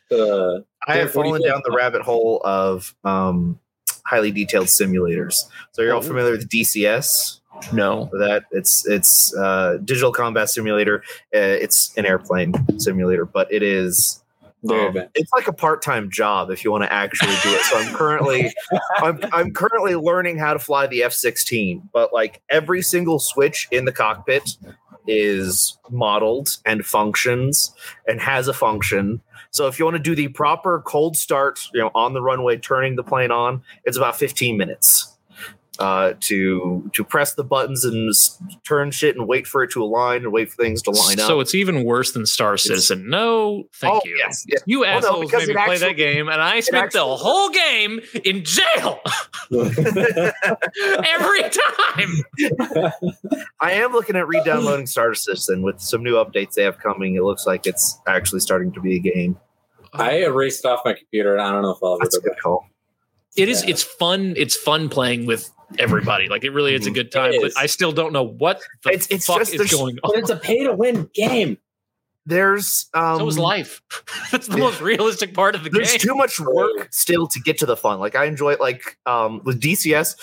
Speaker 3: the
Speaker 4: I have
Speaker 3: Derek, what do you
Speaker 4: fallen
Speaker 3: think?
Speaker 4: down the rabbit hole of um, highly detailed simulators. So you're all
Speaker 3: Oh.
Speaker 4: familiar with DCS?
Speaker 2: No.
Speaker 4: For that it's it's uh, digital combat simulator. Uh, it's an airplane simulator, but it is
Speaker 3: the event.
Speaker 4: it's like a part-time job if you want to actually do it. So I'm currently I'm I'm currently learning how to fly the F16, but like every single switch in the cockpit is modeled and functions and has a function. So if you want to do the proper cold start, you know, on the runway turning the plane on, it's about 15 minutes. Uh, to to press the buttons and s- turn shit and wait for it to align and wait for things to line up.
Speaker 2: So it's even worse than Star Citizen. No, thank
Speaker 4: Oh,
Speaker 2: you.
Speaker 4: yes, yes.
Speaker 2: You
Speaker 4: no,
Speaker 2: assholes
Speaker 4: because
Speaker 2: made me
Speaker 4: it
Speaker 2: play
Speaker 4: actually-
Speaker 2: that game, and I spent the
Speaker 4: actually-
Speaker 2: whole game in jail every time.
Speaker 4: I am looking at re-downloading Star Citizen with some new updates they have coming. It looks like it's actually starting to be a game.
Speaker 3: I erased off my computer, and I don't know if I'll ever
Speaker 4: That's
Speaker 3: go
Speaker 4: a
Speaker 3: back.
Speaker 4: good call.
Speaker 2: It is.
Speaker 3: Yeah.
Speaker 2: It's fun. It's fun playing with everybody. Like it really is a
Speaker 4: Mhm.
Speaker 2: good time. But
Speaker 3: is.
Speaker 2: I still don't know what the
Speaker 4: It's- it's
Speaker 2: fuck
Speaker 4: just
Speaker 2: is
Speaker 4: there's-
Speaker 2: going on.
Speaker 3: But it's a pay-to-win game.
Speaker 4: There's um,
Speaker 2: so is life. That's the most realistic part of the
Speaker 4: there's
Speaker 2: game.
Speaker 4: too much work still to get to the fun. Like I enjoy it. Like um, with DCS,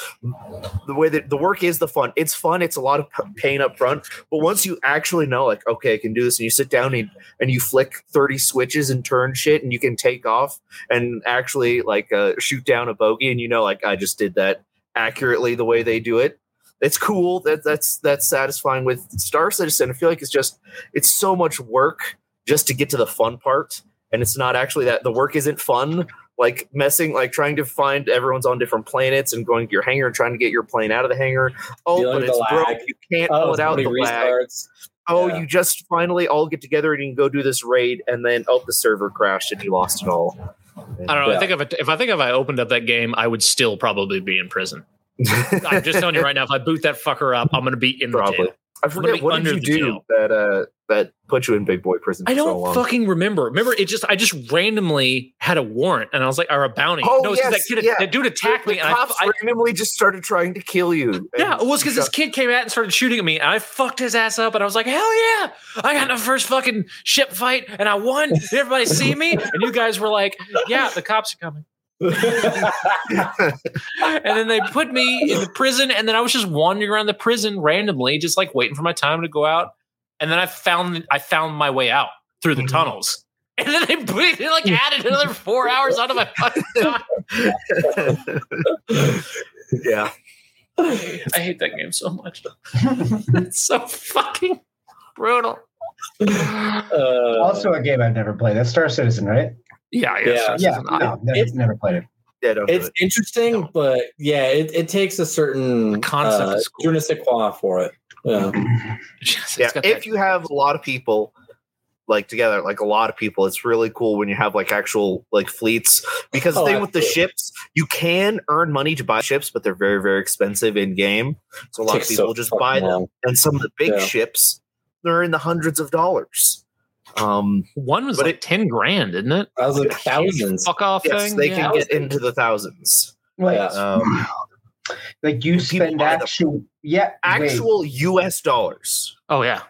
Speaker 4: the way that the work is the fun. It's fun. It's a lot of p- pain up front, but once you actually know, like, okay, I can do this, and you sit down and, and you flick thirty switches and turn shit, and you can take off and actually like uh, shoot down a bogey, and you know, like I just did that accurately the way they do it. It's cool. That that's that's satisfying with Star Citizen. I feel like it's just it's so much work just to get to the fun part and it's not actually that the work isn't fun like messing like trying to find everyone's on different planets and going to your hangar and trying to get your plane out of the hangar oh
Speaker 3: Dealing
Speaker 4: but
Speaker 3: with the
Speaker 4: it's broke
Speaker 3: lag.
Speaker 4: you can't pull it out
Speaker 3: Oh, somebody
Speaker 4: the lag.
Speaker 3: restarts.
Speaker 4: oh
Speaker 3: Yeah.
Speaker 4: you just finally all get together and you can go do this raid and then oh the server crashed and you lost it all
Speaker 2: I don't know.
Speaker 3: Yeah.
Speaker 2: I think if I, if I think if I opened up that game, I would still probably be in prison. I'm just telling you right now. If I boot that fucker up, I'm going to be in the
Speaker 4: probably
Speaker 2: jail.
Speaker 4: i
Speaker 2: gonna
Speaker 4: forget
Speaker 2: be
Speaker 4: what
Speaker 2: under
Speaker 4: did you
Speaker 2: the
Speaker 4: do
Speaker 2: jail.
Speaker 4: that uh that put you in big boy prison for
Speaker 2: I
Speaker 4: so
Speaker 2: don't
Speaker 4: long
Speaker 2: fucking remember. Remember, it just I just randomly had a warrant, and I was like, or a bounty.
Speaker 4: Oh,
Speaker 2: no, it's 'cause
Speaker 4: yes,
Speaker 2: that kid,
Speaker 4: yeah.
Speaker 2: that dude attacked
Speaker 4: the
Speaker 2: me, and I,
Speaker 4: cops
Speaker 2: I
Speaker 4: randomly just started trying to kill you and
Speaker 2: Yeah, it was
Speaker 4: you
Speaker 2: because this
Speaker 4: got-
Speaker 2: kid came out and started shooting at me, and I fucked his ass up, and I was like, "Hell yeah! I got in the first fucking ship fight, and I won. Did everybody see me?" And you guys were like, "Yeah, the cops are coming." And then they put me in the prison, and then I was just wandering around the prison randomly, just like waiting for my time to go out. And then I found I found my way out through the
Speaker 4: Mhm.
Speaker 2: tunnels, and then they, put- they like added another four hours onto my fucking time.
Speaker 4: yeah
Speaker 2: I hate that game so much. it's so fucking brutal.
Speaker 3: Uh,
Speaker 1: also a game I've never played. That's Star Citizen, right?
Speaker 2: Yeah,
Speaker 3: Yeah.
Speaker 2: yeah.
Speaker 1: Yeah,
Speaker 2: Citizen.
Speaker 1: no, never,
Speaker 3: it's-
Speaker 1: never played it.
Speaker 4: Yeah, don't do
Speaker 3: it's
Speaker 4: it.
Speaker 3: interesting, but yeah, it, it takes a certain
Speaker 2: concept
Speaker 3: uh,
Speaker 2: is cool.
Speaker 3: je ne sais quoi for it. Yeah.
Speaker 2: Yes, it's
Speaker 4: Yeah,
Speaker 2: got
Speaker 4: if
Speaker 2: that-
Speaker 4: you have a lot of people like together, like a lot of people, it's really cool when you have like actual like fleets. Because the
Speaker 3: Oh,
Speaker 4: thing with the
Speaker 3: absolutely.
Speaker 4: ships, you can earn money to buy ships, but they're very very expensive in game. So a lot of
Speaker 3: Takes
Speaker 4: people
Speaker 3: so
Speaker 4: just
Speaker 3: fucking
Speaker 4: buy them,
Speaker 3: long.
Speaker 4: and some of the big
Speaker 3: Yeah.
Speaker 4: ships they're in the hundreds of dollars. Um,
Speaker 2: one was
Speaker 4: but
Speaker 2: like
Speaker 4: it-
Speaker 2: ten grand, isn't it?
Speaker 3: I was like
Speaker 2: Like a huge
Speaker 3: thousands.
Speaker 2: fuck off
Speaker 4: yes,
Speaker 2: thing.
Speaker 4: they
Speaker 2: Yeah.
Speaker 4: can get into the thousands.
Speaker 1: Like,
Speaker 3: Yeah.
Speaker 4: Um,
Speaker 1: like you
Speaker 4: People
Speaker 1: spend
Speaker 4: buy them.
Speaker 1: actual, yeah, actual.
Speaker 4: actual U.S. dollars.
Speaker 2: oh yeah,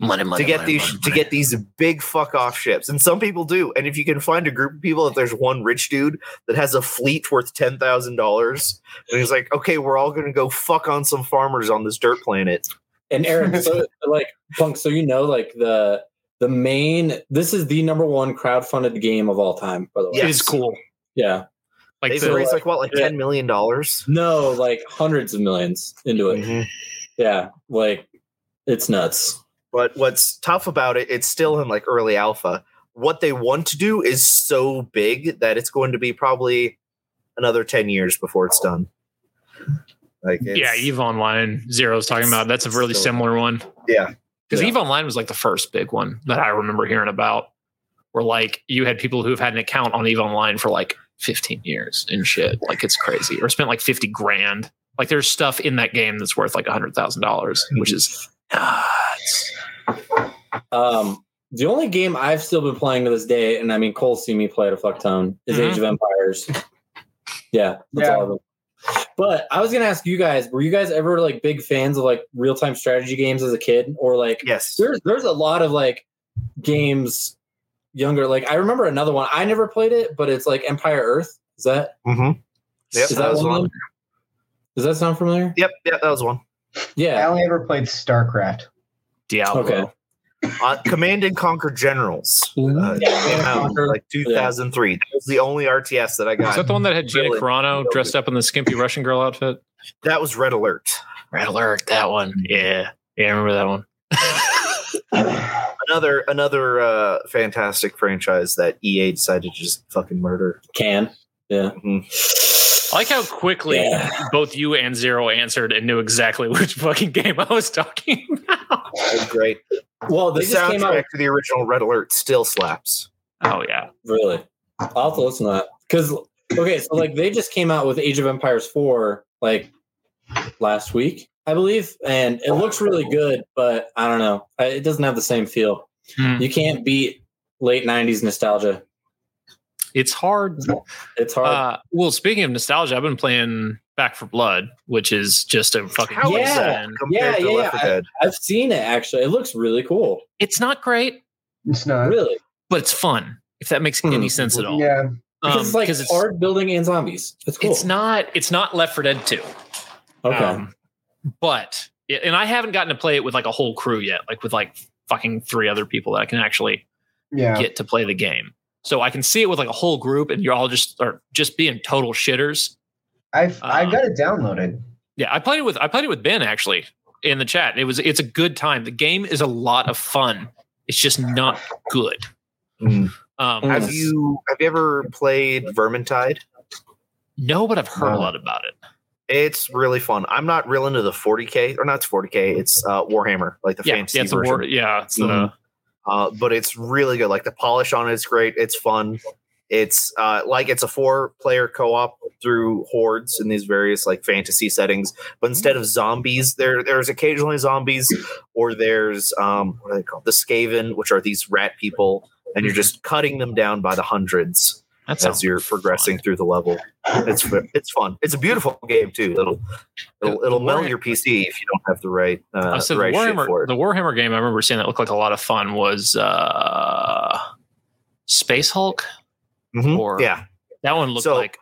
Speaker 2: money, money
Speaker 4: to get
Speaker 2: money,
Speaker 4: these
Speaker 2: money,
Speaker 4: to
Speaker 2: money.
Speaker 4: get these big fuck off ships. And some people do. And if you can find a group of people, if there's one rich dude that has a fleet worth ten thousand dollars, and he's like, okay, we're all gonna go fuck on some farmers on this dirt planet.
Speaker 3: And Eric, so like Punk, so you know, like the the main this is the number one crowdfunded game of all time, by the way.
Speaker 4: Yeah.
Speaker 2: It is cool.
Speaker 3: Yeah.
Speaker 2: Like
Speaker 4: They've
Speaker 2: the,
Speaker 4: raised like what, like ten million dollars?
Speaker 3: No, like hundreds of millions into
Speaker 2: Mm-hmm.
Speaker 3: it.
Speaker 4: Mhm.
Speaker 3: Yeah. Like it's nuts.
Speaker 4: But what's tough about it, it's still in like early alpha. What they want to do is so big that it's going to be probably another ten years before it's done. Like it's,
Speaker 2: yeah, Eve Online Zero was talking about. That's a really
Speaker 3: So-
Speaker 2: similar one.
Speaker 4: Yeah.
Speaker 2: because
Speaker 3: Yeah.
Speaker 2: Eve Online was like the first big one that I remember hearing about. Where like you had people who've had an account on Eve Online for like 15 years and shit. Like it's crazy, or spent like 50 grand. Like there's stuff in that game that's worth like hundred thousand dollars, which is nuts.
Speaker 3: Um, the only game I've still been playing to this day, and I mean, Cole's seen me play it a fuck ton, is
Speaker 6: Mm-hmm.
Speaker 2: Mhm.
Speaker 3: Age of Empires. Yeah, that's
Speaker 1: Yeah.
Speaker 3: all of them. But I was gonna ask you guys: Were you guys ever like big fans of like real time strategy games as a kid, or like
Speaker 4: Yes.
Speaker 3: there's there's a lot of like games younger, like I remember another one. I never played it, but it's like Empire Earth. Is that
Speaker 4: Mm-hmm. Yep,
Speaker 3: is
Speaker 4: that was
Speaker 3: of
Speaker 4: one.
Speaker 3: them? Does that sound familiar?
Speaker 4: Yep, yeah, that was one.
Speaker 1: I
Speaker 3: Yeah.
Speaker 1: only ever played StarCraft.
Speaker 6: Diablo.
Speaker 3: Okay.
Speaker 4: Uh, Command and Conquer Generals. Uh, came out in, like 2003. That was the only RTS that I
Speaker 2: Is that
Speaker 4: got.
Speaker 2: the one that had Gina
Speaker 4: Really?
Speaker 2: Carano dressed up in the skimpy Russian girl outfit?
Speaker 4: That was Red Alert.
Speaker 6: Red alert. That one. Yeah. Yeah. I remember that one.
Speaker 4: Another another uh, fantastic franchise that EA decided to just fucking murder.
Speaker 3: Can. Yeah.
Speaker 4: Mhm.
Speaker 6: I like how quickly
Speaker 3: Yeah.
Speaker 6: both you and Zero answered and knew exactly which fucking game I was talking about.
Speaker 4: That was great.
Speaker 3: Well,
Speaker 4: The
Speaker 3: they just came out
Speaker 4: soundtrack to the original Red Alert still slaps.
Speaker 6: Oh yeah.
Speaker 3: Really? I'll have to listen to that. Because okay, so like they just came out with Age of Empires four like last week, I believe, and it looks really good, but I don't know, I- it doesn't have the same feel.
Speaker 6: Hmm.
Speaker 3: You can't beat late '90s nostalgia.
Speaker 2: It's hard.
Speaker 3: It's hard.
Speaker 2: Uh, well, speaking of nostalgia, I've been playing Back for Blood, which is just a fucking
Speaker 4: How
Speaker 3: is that?
Speaker 2: sin.
Speaker 4: Compared
Speaker 3: Yeah,
Speaker 4: to
Speaker 3: yeah,
Speaker 4: Left 4 Dead.
Speaker 3: I've seen it actually. It looks really cool.
Speaker 2: It's not great,
Speaker 1: It's not.
Speaker 3: Really,
Speaker 2: but it's fun. If that makes any sense at all,
Speaker 1: Yeah.
Speaker 2: Um,
Speaker 3: Hmm. because it's like
Speaker 2: it's,
Speaker 3: hard building and zombies. It's cool.
Speaker 2: it's not it's not Left 4 Dead 2.
Speaker 3: okay.
Speaker 2: Um, but and I haven't gotten to play it with like a whole crew yet, like with like fucking three other people that I can actually
Speaker 1: Yeah.
Speaker 2: get to play the game. So I can see it with like a whole group, and you're all just are just being total shitters.
Speaker 1: I've
Speaker 2: Uh,
Speaker 1: I've got it downloaded.
Speaker 2: Yeah, I played it with I played it with Ben actually in the chat. It was it's a good time. The game is a lot of fun. It's just not good.
Speaker 4: Mm.
Speaker 2: Um,
Speaker 3: Mm.
Speaker 4: Have you have you ever played Vermintide?
Speaker 2: No, but I've heard a
Speaker 4: Uh,
Speaker 1: No.
Speaker 2: lot about it.
Speaker 4: It's really fun. I'm not real into the 40k, or not 40k. It's uh, Warhammer, like the
Speaker 2: yeah,
Speaker 4: fantasy
Speaker 2: yeah, it's a
Speaker 4: version.
Speaker 2: war. Yeah, it's the
Speaker 4: Mhm. uh, but it's really good. Like the polish on it's great. It's fun. It's uh, like it's a four-player co-op through hordes in these various like fantasy settings. But instead of zombies, there there's occasionally zombies, or there's um, what are they called? The Skaven, which are these rat people, and you're just cutting them down by the hundreds
Speaker 2: that sounds
Speaker 4: as you're progressing through the level. It's fu- it's fun. It's a beautiful game too. It'll it'll, it'll melt your PC if you don't have the right uh,
Speaker 2: I said
Speaker 4: the right
Speaker 2: the
Speaker 4: shit
Speaker 2: Warhammer,
Speaker 4: for it.
Speaker 2: the Warhammer game I remember seeing that looked like a lot of fun was uh, Space Hulk.
Speaker 4: Mhm.
Speaker 2: or-
Speaker 4: yeah,
Speaker 2: That one looked
Speaker 4: So-
Speaker 2: like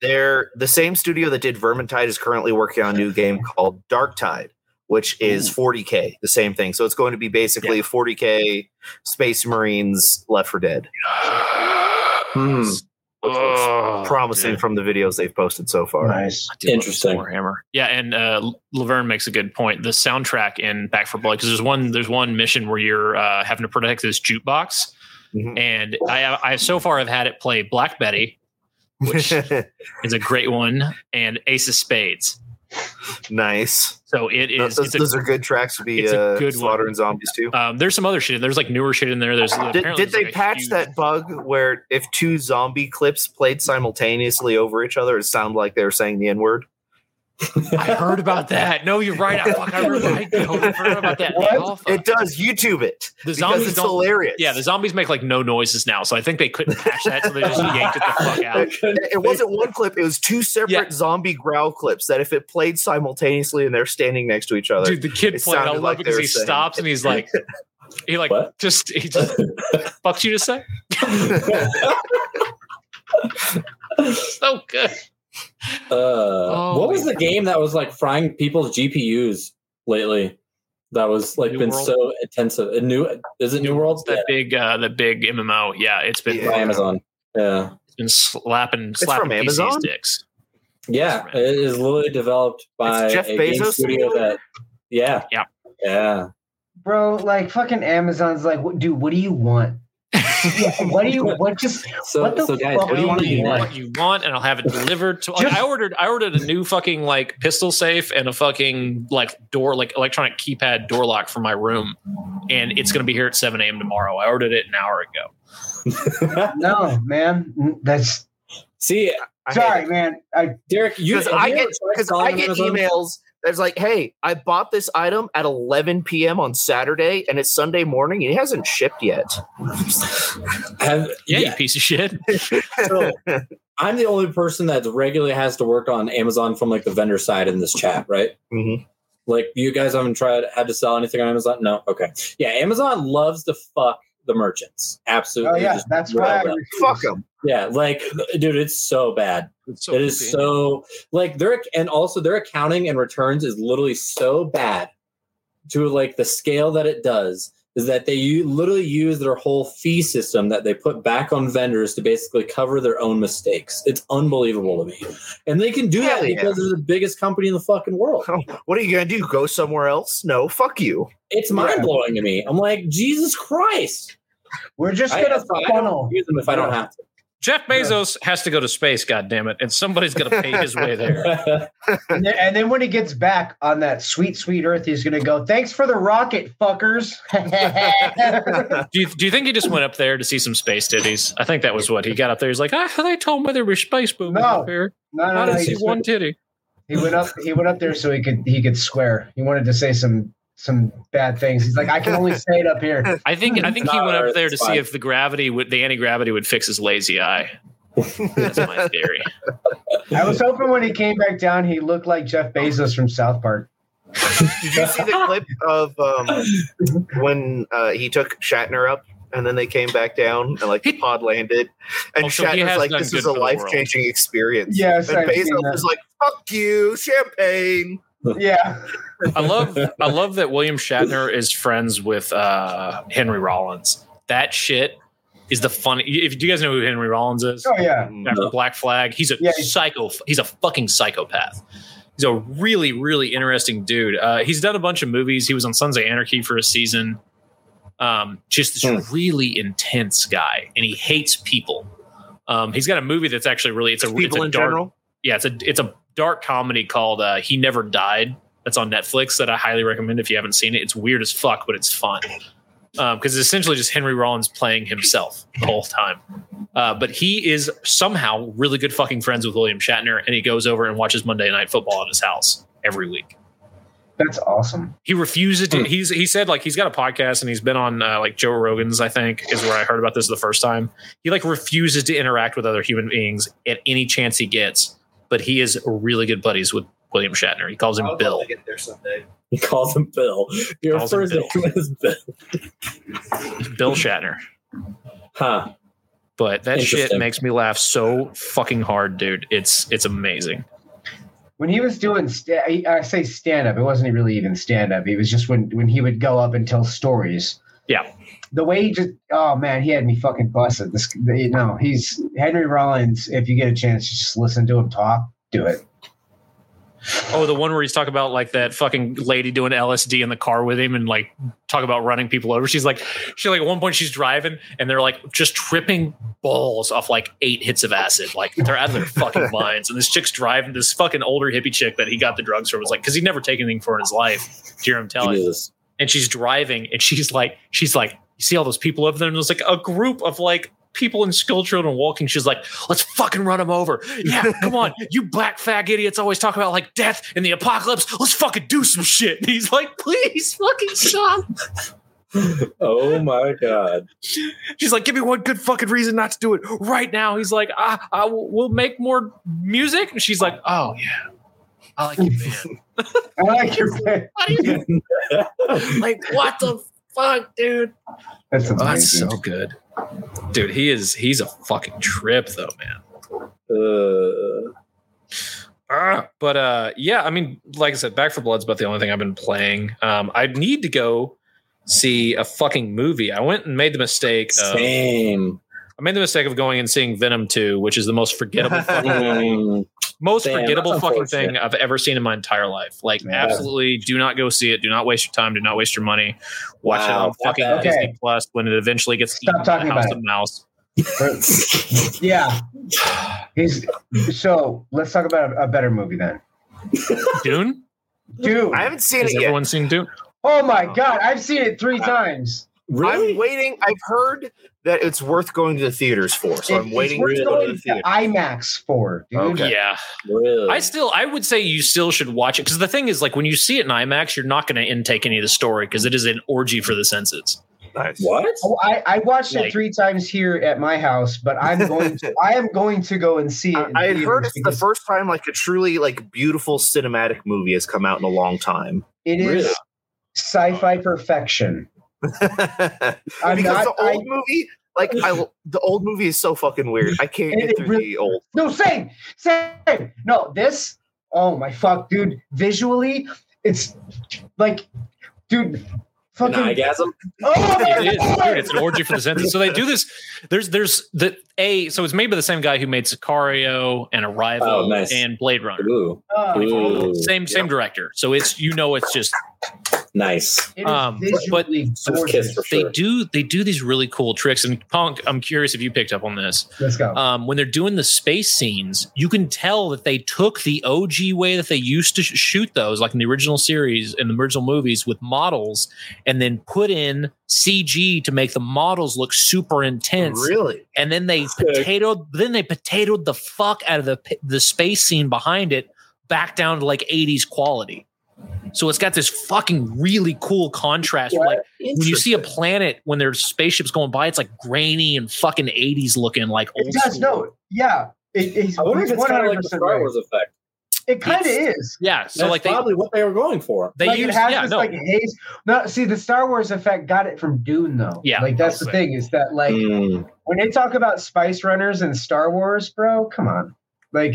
Speaker 4: They're the same studio that did Vermintide is currently working on a new game called Dark Tide, which is 40k, the same thing. So it's going to be basically 40k Space Marines Left for Dead.
Speaker 3: Hmm.
Speaker 4: Which looks
Speaker 2: Ugh,
Speaker 4: promising
Speaker 2: dude.
Speaker 4: from the videos they've posted so far.
Speaker 1: Nice.
Speaker 2: I do love
Speaker 3: Interesting.
Speaker 2: Warhammer. Yeah, and uh, Laverne makes a good point. The soundtrack in Back for Blood because there's one there's one mission where you're uh, having to protect this jukebox,
Speaker 4: Mhm.
Speaker 2: and I I so far have had it play Black Betty, which is a great one, and Ace of Spades.
Speaker 4: nice.
Speaker 2: So it is.
Speaker 4: Those,
Speaker 2: It's a,
Speaker 4: those are good tracks to be
Speaker 2: it's a
Speaker 4: uh,
Speaker 2: good one.
Speaker 4: slaughtering zombies too.
Speaker 2: um, there's some other shit. There's like newer shit in there. There's uh,
Speaker 4: Did,
Speaker 2: apparently
Speaker 4: did
Speaker 2: there's,
Speaker 4: they
Speaker 2: like, a
Speaker 4: patch
Speaker 2: huge-
Speaker 4: that bug where if two zombie clips played simultaneously over each other, it sounded like they were saying the N word?
Speaker 2: I heard about that. No, you're right. I, fuck, I, remember, I totally forgot about that. in the
Speaker 1: What?
Speaker 2: alpha.
Speaker 4: It does. YouTube it.
Speaker 2: Uh, the
Speaker 4: because
Speaker 2: zombies
Speaker 4: it's
Speaker 2: don't.
Speaker 4: hilarious.
Speaker 2: Yeah, the zombies make like no noises now, so I think they couldn't patch that, so they just yanked it the fuck out.
Speaker 4: It it wasn't one clip. It was two separate
Speaker 2: Yeah.
Speaker 4: zombie growl clips. That if it played simultaneously and they're standing next to each other,
Speaker 2: Dude, the kid
Speaker 4: It
Speaker 2: played. I
Speaker 4: sounded
Speaker 2: love
Speaker 4: like
Speaker 2: because
Speaker 4: they
Speaker 2: he
Speaker 4: were saying-
Speaker 2: stops and he's like, he like
Speaker 3: What?
Speaker 2: just he just fucks you to say. so good.
Speaker 3: Uh, what was the game that was like frying people's GPUs lately? That was like
Speaker 2: New
Speaker 3: been
Speaker 2: World?
Speaker 3: so intensive. A new is it New World?
Speaker 2: That big, uh, the big MMO. Yeah, it's been
Speaker 4: Yeah.
Speaker 3: Yeah, by Amazon. Yeah,
Speaker 2: it's been slapping slapping
Speaker 4: from
Speaker 2: PC
Speaker 4: Amazon?
Speaker 2: sticks.
Speaker 3: yeah.
Speaker 2: That's right.
Speaker 3: It is literally developed by
Speaker 4: Jeff
Speaker 3: a game
Speaker 4: Bezos?
Speaker 3: studio that. Yeah,
Speaker 2: Yeah.
Speaker 3: yeah.
Speaker 1: Bro, like fucking Amazon's like, what, dude, what do you want? what do you what just
Speaker 3: So,
Speaker 1: What the
Speaker 3: so guys,
Speaker 1: fuck
Speaker 3: what do you want to
Speaker 1: do you
Speaker 3: do
Speaker 1: want?
Speaker 3: next?
Speaker 2: What you want, and I'll have it delivered to. Like,
Speaker 1: Just-
Speaker 2: I ordered. I ordered a new fucking like pistol safe and a fucking like door, like electronic keypad door lock for my room, and it's gonna be here at seven a.m. tomorrow. I ordered it an hour ago.
Speaker 1: no, man. N- That's
Speaker 3: See,
Speaker 4: I hate
Speaker 1: sorry,
Speaker 4: it.
Speaker 1: man. I
Speaker 3: Derek, you
Speaker 4: because
Speaker 3: have
Speaker 4: I
Speaker 3: you
Speaker 4: get
Speaker 3: ever tried
Speaker 4: because
Speaker 3: selling
Speaker 4: I
Speaker 3: on
Speaker 4: get
Speaker 3: Amazon?
Speaker 4: emails that's like, "Hey, I bought this item at 11 p.m. on Saturday, and it's Sunday morning, and it hasn't shipped yet."
Speaker 3: Have,
Speaker 2: Yeah,
Speaker 3: yeah,
Speaker 2: you piece of shit.
Speaker 3: So, I'm the only person that regularly has to work on Amazon from like the vendor side in this chat, right?
Speaker 1: Mm-hmm.
Speaker 4: Mhm.
Speaker 3: Like you guys haven't tried had to sell anything on Amazon? No. Okay. Yeah, Amazon loves to fuck the merchants.
Speaker 1: Oh
Speaker 3: Absolutely.
Speaker 1: yeah,
Speaker 3: just
Speaker 1: that's
Speaker 3: rail
Speaker 1: why. I
Speaker 3: them.
Speaker 1: refuse.
Speaker 4: Fuck them.
Speaker 3: Yeah, like dude, it's so bad.
Speaker 2: It's
Speaker 3: it is
Speaker 2: poopy.
Speaker 3: so like their and also their accounting and returns is literally so bad to like the scale that it does is that they u- literally use their whole fee system that they put back on vendors to basically cover their own mistakes. It's unbelievable to me, and they can do
Speaker 4: Hell
Speaker 3: that
Speaker 4: yeah.
Speaker 3: because they're the biggest company in the fucking world.
Speaker 4: What are you gonna do? Go somewhere else? No, fuck you.
Speaker 3: It's mind blowing to me. I'm like Jesus Christ.
Speaker 1: We're just
Speaker 3: I,
Speaker 1: gonna
Speaker 3: that's why I
Speaker 1: funnel.
Speaker 3: don't use them if I don't have to.
Speaker 2: Jeff Bezos has to go to space, goddammit, and somebody's going to pay his way there.
Speaker 1: And then, and then when he gets back on that sweet, sweet earth, he's gonna go, "Thanks for the rocket, fuckers."
Speaker 2: Do you, do you think he just went up there to see some space titties? I think that was what he got up there. He's like, ah, they told me there were space boobs
Speaker 1: No.
Speaker 2: up here.
Speaker 1: no,
Speaker 2: I
Speaker 1: no, no.
Speaker 2: didn't
Speaker 1: He,
Speaker 2: see
Speaker 1: just
Speaker 2: one
Speaker 1: went,
Speaker 2: titty.
Speaker 1: he went up. He went up there so he could he could swear. He wanted to say some some bad things. He's like, "I can only say it up here."
Speaker 2: I think I think he
Speaker 3: No,
Speaker 2: went up
Speaker 3: it's
Speaker 2: there to see
Speaker 3: fine.
Speaker 2: if the gravity would the anti gravity would fix his lazy eye. That's my theory.
Speaker 1: I was hoping when he came back down, he looked like Jeff Bezos from South Park.
Speaker 4: Did you see the clip of um, when uh, he took Shatner up and then they came back down and like the pod landed? And
Speaker 2: Oh, so he
Speaker 4: Shatner's
Speaker 2: has
Speaker 4: like,
Speaker 2: done
Speaker 4: this
Speaker 2: good
Speaker 4: is
Speaker 2: for
Speaker 4: a
Speaker 2: the world."
Speaker 4: life changing experience.
Speaker 1: Yes,
Speaker 4: And
Speaker 1: I've seen
Speaker 4: Bezos
Speaker 1: that.
Speaker 4: is like, fuck you, champagne.
Speaker 1: Yeah,
Speaker 2: I love I love that William Shatner is friends with uh, Henry Rollins. That shit is the funny. If do you guys know who Henry Rollins is?
Speaker 1: oh yeah,
Speaker 2: After Black Flag, he's a
Speaker 1: Yeah, he's-
Speaker 2: psycho. He's a fucking psychopath. He's a really really interesting dude. Uh, he's done a bunch of movies. He was on Sons of Anarchy for a season. Um, just this
Speaker 3: Hmm.
Speaker 2: really intense guy, and he hates people. Um, he's got a movie that's actually really it's a it's
Speaker 4: People
Speaker 2: a
Speaker 4: in
Speaker 2: dark
Speaker 4: general.
Speaker 2: yeah, it's a it's a dark comedy called uh, "He Never Died." That's on Netflix. That I highly recommend if you haven't seen it. It's weird as fuck, but it's fun because it's essentially just Henry Rollins playing himself the whole time. Uh, but he is somehow really good fucking friends with William Shatner, and he goes over and watches Monday Night Football at his house every week.
Speaker 1: that's awesome.
Speaker 2: He refuses to. He's he said like he's got a podcast and he's been on uh, like Joe Rogan's. I think is where I heard about this the first time. He like refuses to interact with other human beings at any chance he gets. But he is really good buddies with William Shatner. He calls him
Speaker 4: Oh,
Speaker 2: Bill.
Speaker 4: get there someday.
Speaker 3: he calls him Bill. Your
Speaker 2: Calls him
Speaker 3: first
Speaker 2: Bill.
Speaker 3: name is Bill.
Speaker 2: Bill Shatner.
Speaker 3: Huh.
Speaker 2: But that shit
Speaker 3: Interesting.
Speaker 2: makes me laugh so fucking hard, dude. It's it's amazing.
Speaker 1: When he was doing, sta- I- I say stand up. It wasn't really even stand up. It was just when when he would go up and tell stories.
Speaker 2: Yeah.
Speaker 1: The way he just, oh man, he had me fucking busted. This, you know, he's Henry Rollins. If you get a chance, to just listen to him talk. Do it.
Speaker 2: Oh, the one where he's talking about like that fucking lady doing LSD in the car with him and like talk about running people over. She's like, she like at one point she's driving and they're like just tripping balls off like eight hits of acid. Like they're out of their fucking minds. And this chick's driving this fucking older hippie chick that he got the drugs from was like, cause he'd never taken anything for in his life. Do you hear him telling?
Speaker 3: Jesus.
Speaker 2: and she's driving and she's like she's like you see all those people over there and there's like a group of like people in school children walking she's like let's fucking run them over yeah come on you black fag idiots always talk about like death and the apocalypse let's fucking do some shit and he's like please fucking stop
Speaker 3: Oh my god.
Speaker 2: she's like give me one good fucking reason not to do it right now he's like ah, I will, we'll make more music and she's like oh yeah i like you man
Speaker 1: I like your pick.
Speaker 2: How do you- like what the fuck dude
Speaker 1: That's
Speaker 2: Oh, that's
Speaker 1: amazing.
Speaker 2: so good. Dude, he is he's a fucking trip though, man.
Speaker 3: Uh,
Speaker 2: Ah, But uh yeah, I mean, like I said, Back for Blood's about the only thing I've been playing. Um I need to go see a fucking movie. I went and made the mistake of I
Speaker 3: same.
Speaker 2: made the mistake of going and seeing Venom 2, which is the most forgettable fucking
Speaker 3: Mm.
Speaker 2: most
Speaker 3: Damn,
Speaker 2: forgettable
Speaker 3: that's
Speaker 2: fucking
Speaker 3: unfortunate.
Speaker 2: thing I've ever seen in my entire life. Like
Speaker 1: Yeah.
Speaker 2: absolutely do not go see it. Do not waste your time, do not waste your money. Watch it
Speaker 3: Wow.
Speaker 2: on fucking
Speaker 3: Okay.
Speaker 2: Disney Plus when it eventually gets
Speaker 1: Stop
Speaker 2: eaten by
Speaker 1: talking
Speaker 2: House
Speaker 1: about
Speaker 2: of Mouse.
Speaker 1: Yeah. He's so. Let's talk about a, a better movie then.
Speaker 2: Dune?
Speaker 1: Dude.
Speaker 4: I haven't seen
Speaker 2: Has
Speaker 4: it yet.
Speaker 2: everyone seen Dune?
Speaker 1: oh my god, I've seen it three times.
Speaker 3: really?
Speaker 4: I'm waiting. I've heard that it's worth going to the theaters for, so I'm
Speaker 1: It's
Speaker 4: waiting
Speaker 1: worth
Speaker 4: to go
Speaker 1: going
Speaker 4: to the
Speaker 1: to
Speaker 4: theater.
Speaker 1: IMAX for dude.
Speaker 4: Okay.
Speaker 2: Yeah.
Speaker 3: really?
Speaker 2: I still I would say you still should watch it because the thing is like when you see it in IMAX, you're not going to intake any of the story because it is an orgy for the senses.
Speaker 4: Nice.
Speaker 3: what?
Speaker 1: Oh, I, I watched
Speaker 2: Like-
Speaker 1: it three times here at my house, but I'm going. To, I am going to go and see it.
Speaker 4: I,
Speaker 1: in
Speaker 4: I had heard
Speaker 1: theaters
Speaker 4: it's the
Speaker 1: because
Speaker 4: first time like a truly like beautiful cinematic movie has come out in a long time.
Speaker 1: It is
Speaker 3: Really?
Speaker 1: sci-fi perfection. I'm
Speaker 4: because
Speaker 1: not-
Speaker 4: the
Speaker 1: I-
Speaker 4: old movie, like I, the old movie is so fucking weird. I can't
Speaker 1: It-
Speaker 4: get
Speaker 1: it
Speaker 4: through
Speaker 1: really-
Speaker 4: the old.
Speaker 1: No, same, same. No, this. Oh my fuck, dude. Visually, it's like, dude,
Speaker 3: An
Speaker 1: fucking.
Speaker 3: orgasm.
Speaker 1: oh my
Speaker 2: it is,
Speaker 1: God.
Speaker 2: dude. It's an orgy for the senses. So they do this. There's there's the a. So it's made by the same guy who made Sicario and Arrival
Speaker 3: Oh, nice.
Speaker 2: and Blade Runner.
Speaker 3: Ooh,
Speaker 1: Uh,
Speaker 3: ooh,
Speaker 2: Same same director. So it's you know it's just
Speaker 3: nice.
Speaker 1: it is
Speaker 2: Um, but-
Speaker 1: visually
Speaker 3: Just kiss
Speaker 1: gorgeous.
Speaker 3: for
Speaker 2: they
Speaker 3: sure.
Speaker 2: do they do these really cool tricks. And Punk, I'm curious if you picked up on this.
Speaker 1: Let's go.
Speaker 2: um, when they're doing the space scenes, you can tell that they took the OG way that they used to sh- shoot those, like in the original series and the original movies with models, and then put in CG to make the models look super intense.
Speaker 4: Really?
Speaker 2: And then they potatoed, then they potatoed the fuck out of the p- the space scene behind it back down to like 80s quality. So it's got this fucking really cool contrast. where, like when you see a planet when there's spaceships going by, it's like grainy and fucking 80s looking like old
Speaker 1: it does.
Speaker 2: school.
Speaker 1: No, yeah. It, it's
Speaker 3: I wonder if it's kind of like
Speaker 1: 100%
Speaker 3: the Star
Speaker 1: right.
Speaker 3: Wars effect.
Speaker 1: It kind of is.
Speaker 2: Yeah. So
Speaker 3: That's
Speaker 2: like they
Speaker 3: probably what they were going for.
Speaker 2: they
Speaker 1: like
Speaker 2: use
Speaker 1: it has
Speaker 2: yeah
Speaker 1: this
Speaker 2: no
Speaker 1: like haze. No, see the Star Wars effect got it from Dune though.
Speaker 2: Yeah,
Speaker 1: like that's the
Speaker 2: that's
Speaker 1: thing is that like
Speaker 3: Mm.
Speaker 1: when they talk about Spice Runners and Star Wars, bro, come on. Like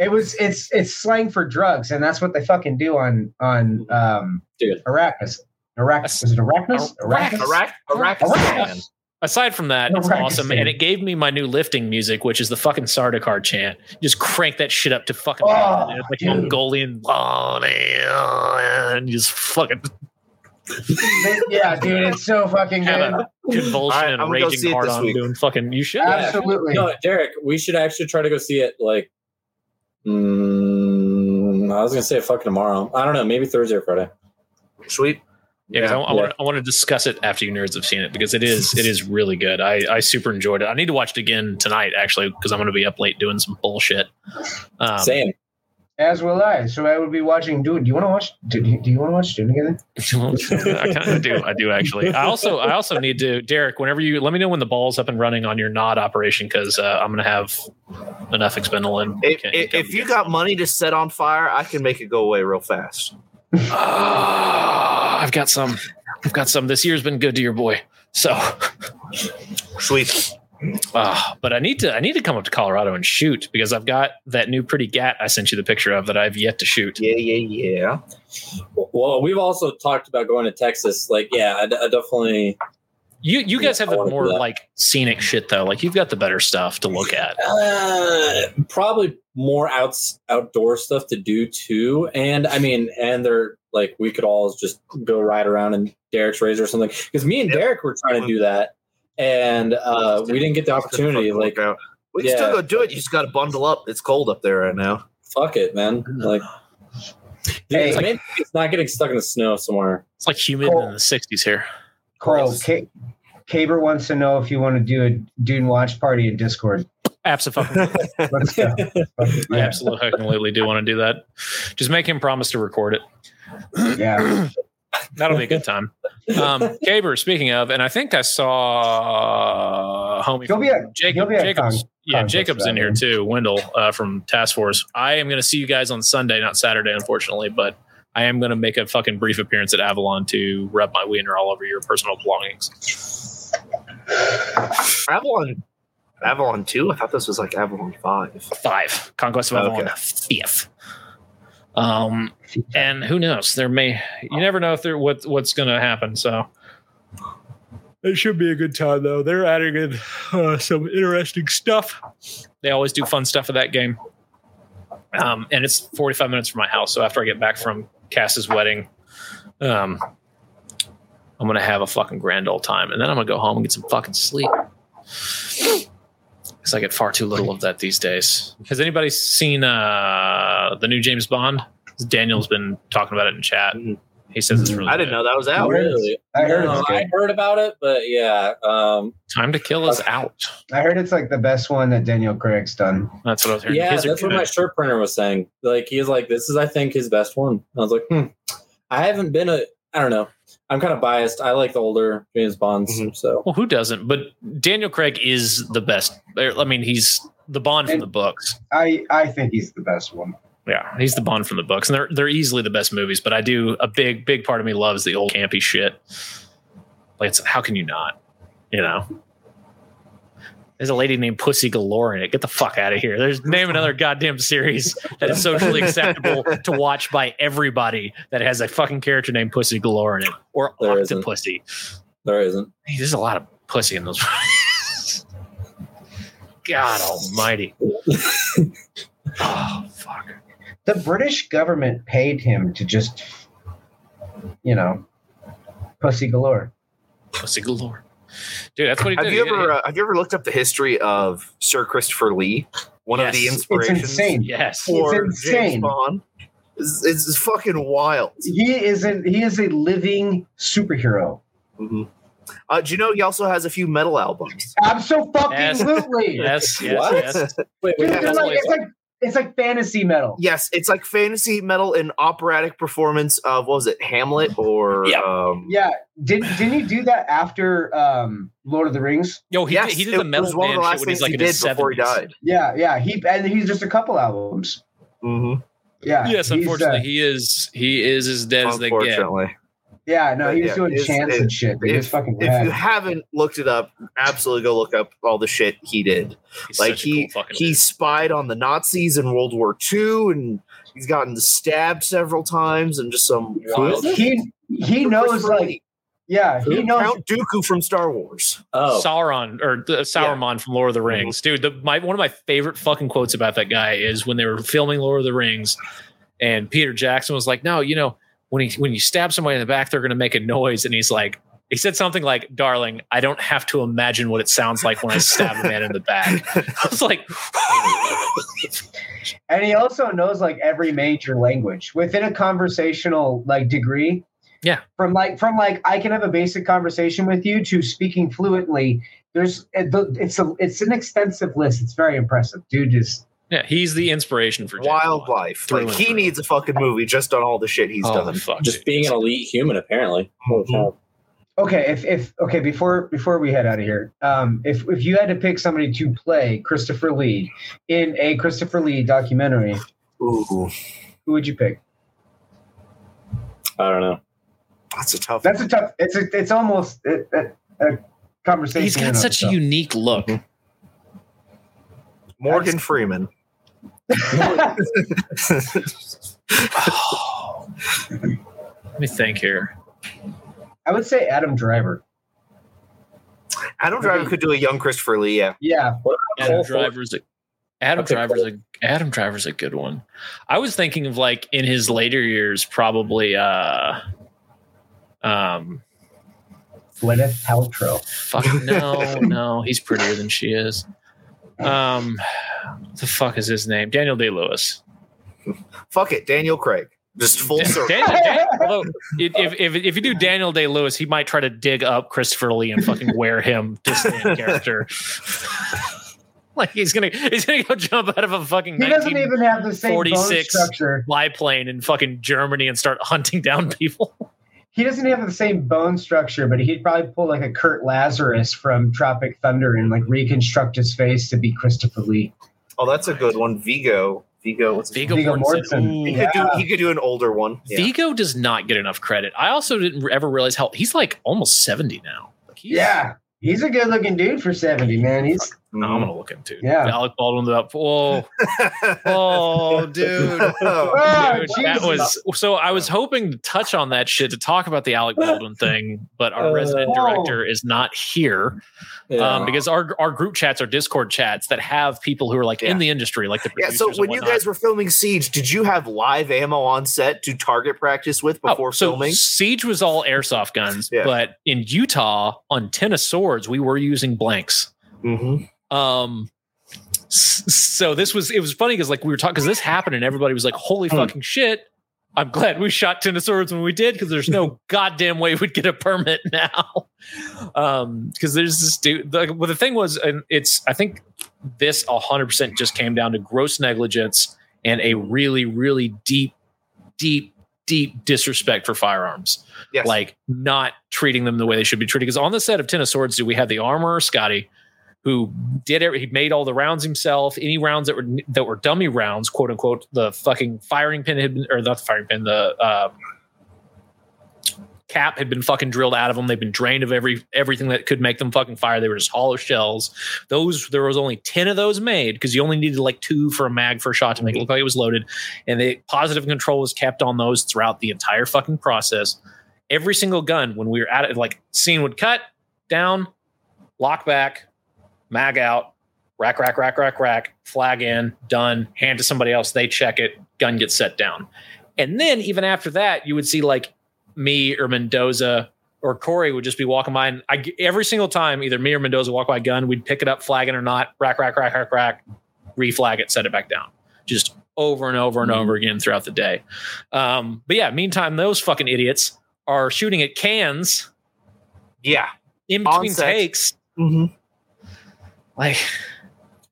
Speaker 1: it was it's it's slang for drugs, and that's what they fucking do on on um
Speaker 3: Dude.
Speaker 1: Arachus. Arachus. Is it Arachus?
Speaker 2: Arachus.
Speaker 4: Arach- Arachus.
Speaker 1: Arachus.
Speaker 2: aside from that
Speaker 1: No
Speaker 2: it's
Speaker 1: practice
Speaker 2: awesome
Speaker 1: thing.
Speaker 2: and it gave me my new lifting music which is the fucking Sardaukar chant just crank that shit up to fucking
Speaker 1: Oh,
Speaker 2: eleven, dude. It's like
Speaker 1: dude.
Speaker 2: Mongolian and just fucking
Speaker 1: They- yeah, dude, it's so fucking
Speaker 2: have
Speaker 1: good.
Speaker 2: a convulsion
Speaker 4: Alright,
Speaker 2: and
Speaker 4: I'm gonna go see
Speaker 2: raging
Speaker 4: it
Speaker 2: hard
Speaker 4: this
Speaker 2: on
Speaker 4: week.
Speaker 2: doing fucking you should
Speaker 1: Absolutely.
Speaker 3: No, Derek, we should actually try to go see it. Like, mm, I was gonna say fucking tomorrow. I don't know, maybe Thursday or Friday.
Speaker 4: Sweet.
Speaker 2: Yeah, 'cause I,
Speaker 3: Yeah.
Speaker 2: want I want to discuss it after you nerds have seen it because it is it is really good. I I super enjoyed it. I need to watch it again tonight actually because I'm going to be up late doing some bullshit. Um,
Speaker 3: Same.
Speaker 1: As will I. So I would be watching Dune. Do you want to watch? Do, do you want to watch Dune again?
Speaker 2: I kind of do. I do actually. I also I also need to Derek. Whenever you let me know when the ball's up and running on your nod operation because uh, I'm going to have enough expendable and
Speaker 4: If,
Speaker 2: can't
Speaker 4: if,
Speaker 2: come
Speaker 4: if you got money to set on fire, I can make it go away real fast.
Speaker 2: Ah, I've got some. I've got some. This year's been good to your boy. So,
Speaker 4: Sweet.
Speaker 2: ah, but I need to I need to come up to Colorado and shoot because I've got that new pretty gat I sent you the picture of that I've yet to shoot.
Speaker 4: Yeah, yeah, yeah.
Speaker 3: Well, we've also talked about going to Texas. Like, yeah, I, I definitely.
Speaker 2: You you guys
Speaker 3: Yeah,
Speaker 2: have
Speaker 3: I
Speaker 2: the
Speaker 3: wanna do
Speaker 2: more
Speaker 3: that.
Speaker 2: like scenic shit though. Like you've got the better stuff to look at.
Speaker 3: Uh, probably more outs outdoor stuff to do too, and I mean, and they're like we could all just go ride around in Derek's razor or something. Because me and
Speaker 4: Yep.
Speaker 3: Derek were trying to do that, and uh, we didn't get the opportunity. Like,
Speaker 4: we can still
Speaker 3: Yeah.
Speaker 4: go do it. You just got to bundle up. It's cold up there right now.
Speaker 3: fuck it, man. Like, dude,
Speaker 1: Hey.
Speaker 3: it's, amazing it's not getting stuck in the snow somewhere.
Speaker 2: It's like humid
Speaker 1: Cool.
Speaker 2: in the sixties here.
Speaker 1: Carl,
Speaker 3: Gross.
Speaker 1: Ca- Caber wants to know if you want to do a Dune watch party in Discord.
Speaker 2: Absolutely,
Speaker 1: Let's go.
Speaker 2: I
Speaker 1: yeah.
Speaker 2: absolutely, absolutely do want to do that. Just make him promise to record it.
Speaker 1: yeah.
Speaker 2: That'll be a good time. Um, Caber, speaking of, and I think I saw uh, homie
Speaker 1: He'll be
Speaker 2: from
Speaker 1: at- he'll
Speaker 2: Jacob.
Speaker 1: be at
Speaker 2: Jacob's,
Speaker 1: Con-
Speaker 2: yeah,
Speaker 1: Congress
Speaker 2: Jacob's in
Speaker 1: that
Speaker 2: here
Speaker 1: one.
Speaker 2: too. Wendell uh, from Task Force. I am going to see you guys on Sunday, not Saturday, unfortunately, but I am going to make a fucking brief appearance at Avalon to rub my wiener all over your personal belongings.
Speaker 4: Avalon, Avalon two. I thought this was like Avalon five.
Speaker 2: five conquest of Avalon
Speaker 4: Okay.
Speaker 2: fifth. Um, and who knows? There may you never know if there what what's going to happen. So it should be a good time though. They're adding in uh, some interesting stuff. They always do fun stuff at that game. Um, and it's 45 minutes from my house. So after I get back from Cass's wedding, um, I'm gonna have a fucking grand old time, and then I'm gonna go home and get some fucking sleep. Because I get far too little of that these days. Has anybody seen uh, the new James Bond? Daniel's been talking about it in chat.
Speaker 3: Mm-hmm.
Speaker 4: Mhm.
Speaker 2: He says it's really.
Speaker 4: I didn't
Speaker 2: good.
Speaker 4: know that was out.
Speaker 3: Really,
Speaker 1: I heard
Speaker 3: No,
Speaker 1: it's
Speaker 3: I
Speaker 1: good.
Speaker 3: heard about it, but yeah, um,
Speaker 2: Time to Kill is out.
Speaker 1: I heard it's like the best one that Daniel Craig's done.
Speaker 2: That's what I was hearing.
Speaker 3: yeah,
Speaker 2: His are
Speaker 3: that's what
Speaker 2: good.
Speaker 3: my shirt printer was saying. Like, he's like, this is, I think, his best one. And I was like, hmm, I haven't been a, I don't know, I'm kind of biased. I like the older James Bonds,
Speaker 2: Mm-hmm.
Speaker 4: Mhm.
Speaker 3: so
Speaker 2: well, who doesn't? But Daniel Craig is the best. Er, I mean, he's the Bond from
Speaker 1: And-
Speaker 2: the books.
Speaker 1: I I think he's the best one.
Speaker 2: Yeah, he's the Bond from the books, and they're they're easily the best movies. But I do a big big part of me loves the old campy shit. Like, it's how can you not? You know, there's a lady named Pussy Galore in it. Get the fuck out of here. There's name another goddamn series that is socially acceptable to watch by everybody that has a fucking character named Pussy Galore in it or
Speaker 3: There isn't.
Speaker 2: Octopussy.
Speaker 3: There isn't.
Speaker 2: Hey, there's a lot of pussy in those. God Almighty! oh fuck!
Speaker 1: The British government paid him to just, you know, pussy galore.
Speaker 2: Pussy galore, dude. That's what he
Speaker 4: Have
Speaker 2: did.
Speaker 4: you
Speaker 2: He-
Speaker 4: ever uh, have you ever looked up the history of Sir Christopher Lee? One of the
Speaker 2: Yes.
Speaker 1: It's
Speaker 4: inspirations
Speaker 1: insane.
Speaker 2: yes,
Speaker 4: for
Speaker 1: It's
Speaker 4: James
Speaker 1: insane.
Speaker 4: Bond. It's, it's fucking wild.
Speaker 1: He is a he is a living superhero.
Speaker 4: Uh, do you know he also has a few metal albums?
Speaker 1: Absolutely.
Speaker 2: yes, yes,
Speaker 3: What?
Speaker 2: yes.
Speaker 3: Wait,
Speaker 1: Dude,
Speaker 3: wait,
Speaker 1: they're
Speaker 3: wait,
Speaker 1: like,
Speaker 3: wait,
Speaker 1: it's like it's like fantasy metal.
Speaker 4: Yes, it's like fantasy metal and operatic performance of what was it, Hamlet or
Speaker 2: Yeah.
Speaker 4: um,
Speaker 1: Yeah. Did didn't he do that after um Lord of the Rings?
Speaker 2: Yo, Oh, he,
Speaker 4: yes,
Speaker 2: did, he did
Speaker 4: it
Speaker 2: the metal
Speaker 4: was one of
Speaker 2: band
Speaker 4: the
Speaker 2: shit
Speaker 4: last
Speaker 2: when
Speaker 4: things
Speaker 2: he's like
Speaker 4: he
Speaker 2: in
Speaker 4: did
Speaker 2: his
Speaker 4: before he
Speaker 2: 70s.
Speaker 4: died.
Speaker 1: Yeah, yeah. He and he's just a couple albums.
Speaker 4: hmm
Speaker 1: Yeah.
Speaker 6: Yes,
Speaker 1: he's, uh,
Speaker 6: unfortunately, he is he is as dead as they get.
Speaker 4: Unfortunately,
Speaker 1: yeah, no, he was
Speaker 4: Yeah,
Speaker 1: doing
Speaker 4: it's-
Speaker 1: chants
Speaker 4: it-
Speaker 1: and shit. He was
Speaker 4: if-
Speaker 1: fucking
Speaker 4: if you
Speaker 1: rad.
Speaker 4: haven't looked it up, absolutely go look up all the shit he did.
Speaker 2: He's
Speaker 4: like
Speaker 2: such a
Speaker 4: he
Speaker 2: cool fucking
Speaker 4: he spied on the Nazis in World War II, and he's gotten stabbed several times, and just some wild.
Speaker 1: He he
Speaker 4: Christopher
Speaker 1: knows like
Speaker 4: Lee,
Speaker 1: yeah, he knows
Speaker 4: Count Dooku from Star Wars.
Speaker 3: Oh,
Speaker 2: Sauron or uh, Sauron from Lord of the
Speaker 4: Mhm.
Speaker 2: Rings, dude. The, my one of my favorite fucking quotes about that guy is when they were filming Lord of the Rings, and Peter Jackson was like, "No, you know, when he when you stab somebody in the back, they're going to make a noise," and he's like. He said something like, "Darling, I don't have to imagine what it sounds like when I stab a man in the back." I was like,
Speaker 1: and he also knows like every major language within a conversational like degree.
Speaker 2: Yeah.
Speaker 1: From like from like I can have a basic conversation with you to speaking fluently. There's it's a it's an extensive list. It's very impressive. Dude is
Speaker 2: "Yeah, he's the inspiration for James Bond.
Speaker 4: Wildlife.
Speaker 2: Through
Speaker 4: Like
Speaker 2: and
Speaker 4: he
Speaker 2: through.
Speaker 4: needs a fucking movie just on all the shit he's
Speaker 2: Oh,
Speaker 4: done.
Speaker 2: fuck,
Speaker 3: just
Speaker 2: dude.
Speaker 3: being an elite human, apparently.
Speaker 2: Mm-hmm.
Speaker 4: Mhm.
Speaker 1: okay. If if okay before before we head out of here, um, if if you had to pick somebody to play Christopher Lee in a Christopher Lee documentary,
Speaker 4: Ooh,
Speaker 1: who would you pick?
Speaker 3: I don't know.
Speaker 4: that's a tough.
Speaker 1: That's a tough. It's a, it's almost a, a, a conversation.
Speaker 2: He's
Speaker 1: in
Speaker 2: got
Speaker 1: and of
Speaker 2: such a
Speaker 1: itself.
Speaker 2: unique look.
Speaker 4: Morgan Freeman.
Speaker 2: Let me think here.
Speaker 1: I would say Adam Driver.
Speaker 4: Adam Driver could do a young Christopher Lee. Yeah,
Speaker 1: Yeah,
Speaker 2: Adam
Speaker 3: Paul Ford-
Speaker 2: Driver's a, Adam
Speaker 3: Okay,
Speaker 2: Driver's a Adam Driver's a good one. I was thinking of like in his later years, probably uh um
Speaker 1: Gwyneth Paltrow.
Speaker 2: fuck no, no, he's prettier than she is. Um what the fuck is his name? Daniel Day Lewis.
Speaker 4: fuck it, Daniel Craig. Just full circle.
Speaker 2: Daniel, Dan- although if, if if if you do Daniel Day Lewis, he might try to dig up Christopher Lee and fucking wear him to stand character. like he's gonna he's gonna go jump out of a fucking
Speaker 1: He doesn't
Speaker 2: 19
Speaker 1: even have the same bone
Speaker 2: 46.
Speaker 1: structure.
Speaker 2: biplane in fucking Germany and start hunting down people.
Speaker 1: He doesn't have the same bone structure, but he'd probably pull like a Kurt Lazarus from Tropic Thunder and like reconstruct his face to be Christopher Lee.
Speaker 4: Oh, that's a good one. Vigo. Vigo. What's his
Speaker 2: Vigo
Speaker 1: Viggo
Speaker 2: Mortensen.
Speaker 1: Mortensen.
Speaker 4: He
Speaker 2: Ooh.
Speaker 4: could do. He could do an older one. Yeah.
Speaker 2: Vigo does not get enough credit. I also didn't ever realize how he's like almost 70 now. Like he's
Speaker 1: Yeah, he's a good-looking dude for seventy, man. He's
Speaker 2: phenomenal looking too.
Speaker 1: Yeah.
Speaker 2: Alec Baldwin's up. Whoa. Oh, dude.
Speaker 4: Oh,
Speaker 1: Oh,
Speaker 2: Dude, that
Speaker 1: Jesus.
Speaker 2: was so. I was hoping to touch on that shit to talk about the Alec Baldwin thing, but our
Speaker 3: Uh,
Speaker 2: resident
Speaker 1: no.
Speaker 2: director is not here
Speaker 3: Mm-hmm. Yeah.
Speaker 2: um, because our our group chats are Discord chats that have people who are like in the industry, like the
Speaker 4: yeah.
Speaker 2: producers
Speaker 4: So
Speaker 2: and
Speaker 4: when you
Speaker 2: whatnot.
Speaker 4: guys were filming Siege, did you have live ammo on set to target practice with before
Speaker 2: Oh, so
Speaker 4: filming?
Speaker 2: Siege was all airsoft guns,
Speaker 4: Yeah.
Speaker 2: but in Utah on Ten of Swords, we were using blanks.
Speaker 4: Mm-hmm.
Speaker 2: Um, s- so this was it was funny because like we were talking because this happened and everybody was like, "Holy fucking shit!" I'm glad we shot Ten of Swords when we did because there's no goddamn way we'd get a permit now. Um, because there's this dude. The, well, the thing was, and it's I think this 100 percent just came down to gross negligence and a really, really deep, deep, deep disrespect for firearms
Speaker 4: Yes.
Speaker 2: like not treating them the way they should be treated. Because on the set of Ten of Swords, do we had the armorer Scotty, who did every, he made all the rounds himself. Any rounds that were that were dummy rounds, quote unquote, the fucking firing pin had been, or not the firing pin, the uh, um, cap had been fucking drilled out of them. They've been drained of every everything that could make them fucking fire. They were just hollow shells. Those there was only ten of those made because you only needed like two for a mag for a shot to make it look like it was loaded. And the positive control was kept on those throughout the entire fucking process. Every single gun when we were at it, like scene would cut down, lock back, mag out, rack, rack, rack, rack, rack, flag in, done, hand to somebody else. They check it, gun gets set down. And then even after that, you would see like me or Mendoza or Corey would just be walking by. And I, every single time, either me or Mendoza walk by a gun, we'd pick it up, flagging or not, rack, rack, rack, rack, rack, reflag it, set it back down. Just over and over and over again throughout the day. Um, but yeah, meantime, those fucking idiots are shooting at cans
Speaker 7: Yeah.
Speaker 2: in
Speaker 7: On
Speaker 2: between
Speaker 7: set.
Speaker 2: takes.
Speaker 7: Mm-hmm.
Speaker 2: Like,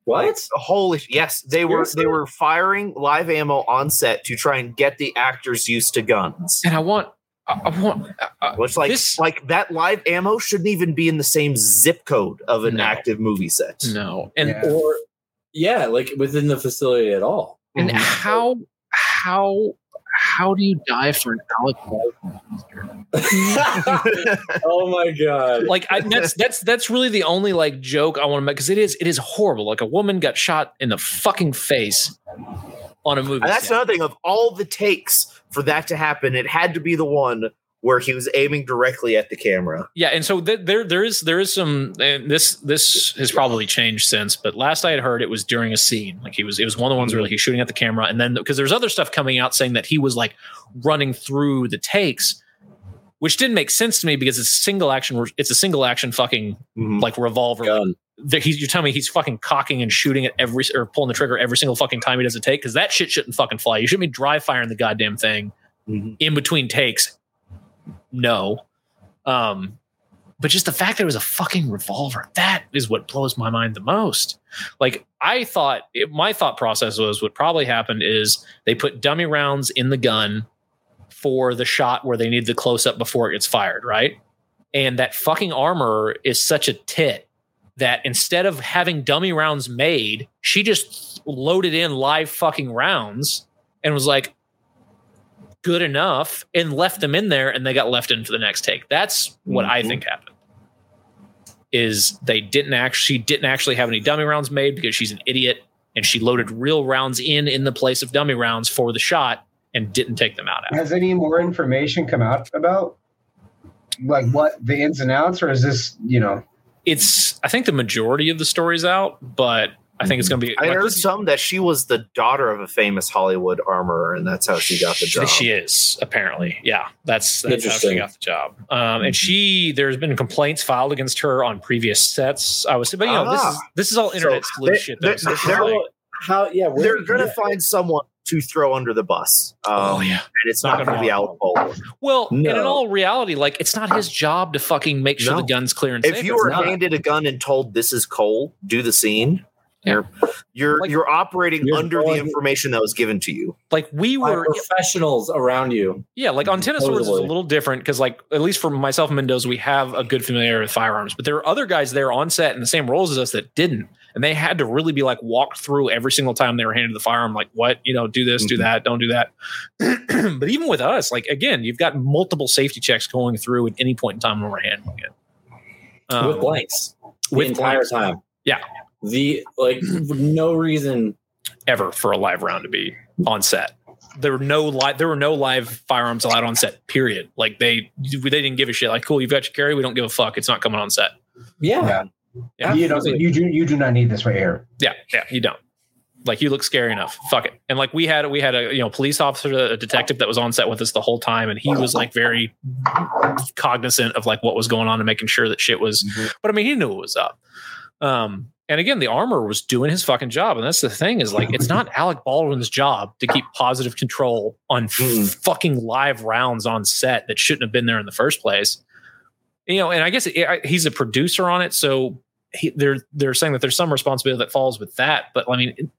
Speaker 7: What?
Speaker 4: Holy sh- yes, they were they were firing live ammo on set to try and get the actors used to guns.
Speaker 2: and I want, I, I want, uh, I,
Speaker 4: Which like
Speaker 2: This-
Speaker 4: like that live ammo shouldn't even be in the same zip code of an
Speaker 2: No.
Speaker 4: active movie set.
Speaker 2: no. And
Speaker 1: Yeah.
Speaker 3: or yeah, like within the facility at all.
Speaker 2: And
Speaker 4: Mhm.
Speaker 2: how how how do you die for an Alec Baldwin?
Speaker 3: oh my god!
Speaker 2: Like I, that's that's that's really the only like joke I want to make because it is it is horrible. Like a woman got shot in the fucking face on a movie.
Speaker 4: And that's
Speaker 2: set.
Speaker 4: another thing. Of all the takes for that to happen, it had to be the one where he was aiming directly at the camera.
Speaker 2: yeah, and so th- there there is there is some and this this has probably changed since, but last I had heard it was during a scene. Like he was it was one of the ones where like, he's shooting at the camera, and then because there's other stuff coming out saying that he was like running through the takes, which didn't make sense to me because it's a single action it's a single action fucking like revolver.
Speaker 3: Gun.
Speaker 2: That he's, you're telling me he's fucking cocking and shooting at every or pulling the trigger every single fucking time he does a take because that shit shouldn't fucking fly. You shouldn't be dry firing the goddamn thing
Speaker 7: Mm-hmm.
Speaker 4: Mhm.
Speaker 2: in between takes. No, um, but just the fact that it was a fucking revolver that is what blows my mind the most. Like I thought, it, my thought process was what probably happened is they put dummy rounds in the gun for the shot where they need the close up before it gets fired, right? And that fucking armorer is such a tit that instead of having dummy rounds made, she just loaded in live fucking rounds and was like, good enough, and left them in there and they got left in for the next take. That's what I think happened. Is they didn't actually she didn't actually have any dummy rounds made because she's an idiot and she loaded real rounds in in the place of dummy rounds for the shot and didn't take them out. after.
Speaker 1: Has any more information come out about like what the ins and outs, or is this you know?
Speaker 2: It's I think the majority of the story's out, but I think it's going to be.
Speaker 4: I
Speaker 2: like,
Speaker 4: heard
Speaker 2: this-
Speaker 4: some that she was the daughter of a famous Hollywood armorer, and that's how she got the job.
Speaker 2: She is apparently, yeah. That's that's how she
Speaker 3: Interesting.
Speaker 2: got the job. Um, and she, there's been complaints filed against her on previous sets. I was, but you know, this is
Speaker 4: Ah.
Speaker 2: this is all internet
Speaker 4: So,
Speaker 2: sleuth
Speaker 4: they-
Speaker 2: shit. Though,
Speaker 4: they-
Speaker 2: so it's
Speaker 4: they're-
Speaker 2: like-
Speaker 3: How? Yeah, where-
Speaker 4: They're gonna
Speaker 3: yeah.
Speaker 4: find someone to throw under the bus. Um,
Speaker 2: oh yeah.
Speaker 4: and it's
Speaker 2: Not gonna
Speaker 4: not, going to be Alec Baldwin.
Speaker 2: Well, and in
Speaker 4: No.
Speaker 2: all reality, like it's not his job to fucking make sure
Speaker 4: No.
Speaker 2: the gun's clear and
Speaker 4: If
Speaker 2: safe.
Speaker 4: you
Speaker 2: It's
Speaker 4: were
Speaker 2: not.
Speaker 4: handed a gun and told this is cold, do the scene.
Speaker 2: Yeah.
Speaker 4: You're you're,
Speaker 2: Like-
Speaker 4: you're operating
Speaker 3: You're
Speaker 4: under the
Speaker 3: going-
Speaker 4: information that was given to you.
Speaker 2: like we
Speaker 3: By
Speaker 2: were,
Speaker 3: professionals around you.
Speaker 2: yeah, like on tennis swords is a
Speaker 3: Totally.
Speaker 2: little different because, like, at least for myself and Mendoza, we have a good familiarity with firearms. But there are other guys there on set in the same roles as us that didn't, and they had to really be like walked through every single time they were handed the firearm, like what you know, do this, do
Speaker 3: Mm-hmm.
Speaker 2: that, don't do that. but even with us, like again, you've got multiple safety checks going through at any point in time when we're handling it. Um,
Speaker 3: with blanks the
Speaker 2: with
Speaker 3: entire
Speaker 2: blanks.
Speaker 3: time.
Speaker 2: Yeah.
Speaker 3: the like no reason.
Speaker 2: ever for a live round to be on set. There were no live there were no live firearms allowed on set. Period. Like they they didn't give a shit. Like cool, you've got your carry. We don't give a fuck. It's not coming on set.
Speaker 3: Yeah,
Speaker 1: Yeah.
Speaker 2: Yeah,
Speaker 1: You don't.
Speaker 2: absolutely.
Speaker 1: You do. You do not need this right here.
Speaker 2: yeah, yeah. You don't. Like you look scary enough. Fuck it. And like we had we had a you know police officer, a detective that was on set with us the whole time, and he was like very cognizant of like what was going on and making sure that shit was. But I mean, he knew what was up. Um, and again, the armor was doing his fucking job, and that's the thing is like it's not Alec Baldwin's job to keep positive control on
Speaker 4: Mm.
Speaker 2: fucking live rounds on set that shouldn't have been there in the first place. You know, and I guess it, I, he's a producer on it, so he, they're they're saying that there's some responsibility that falls with that. But I mean,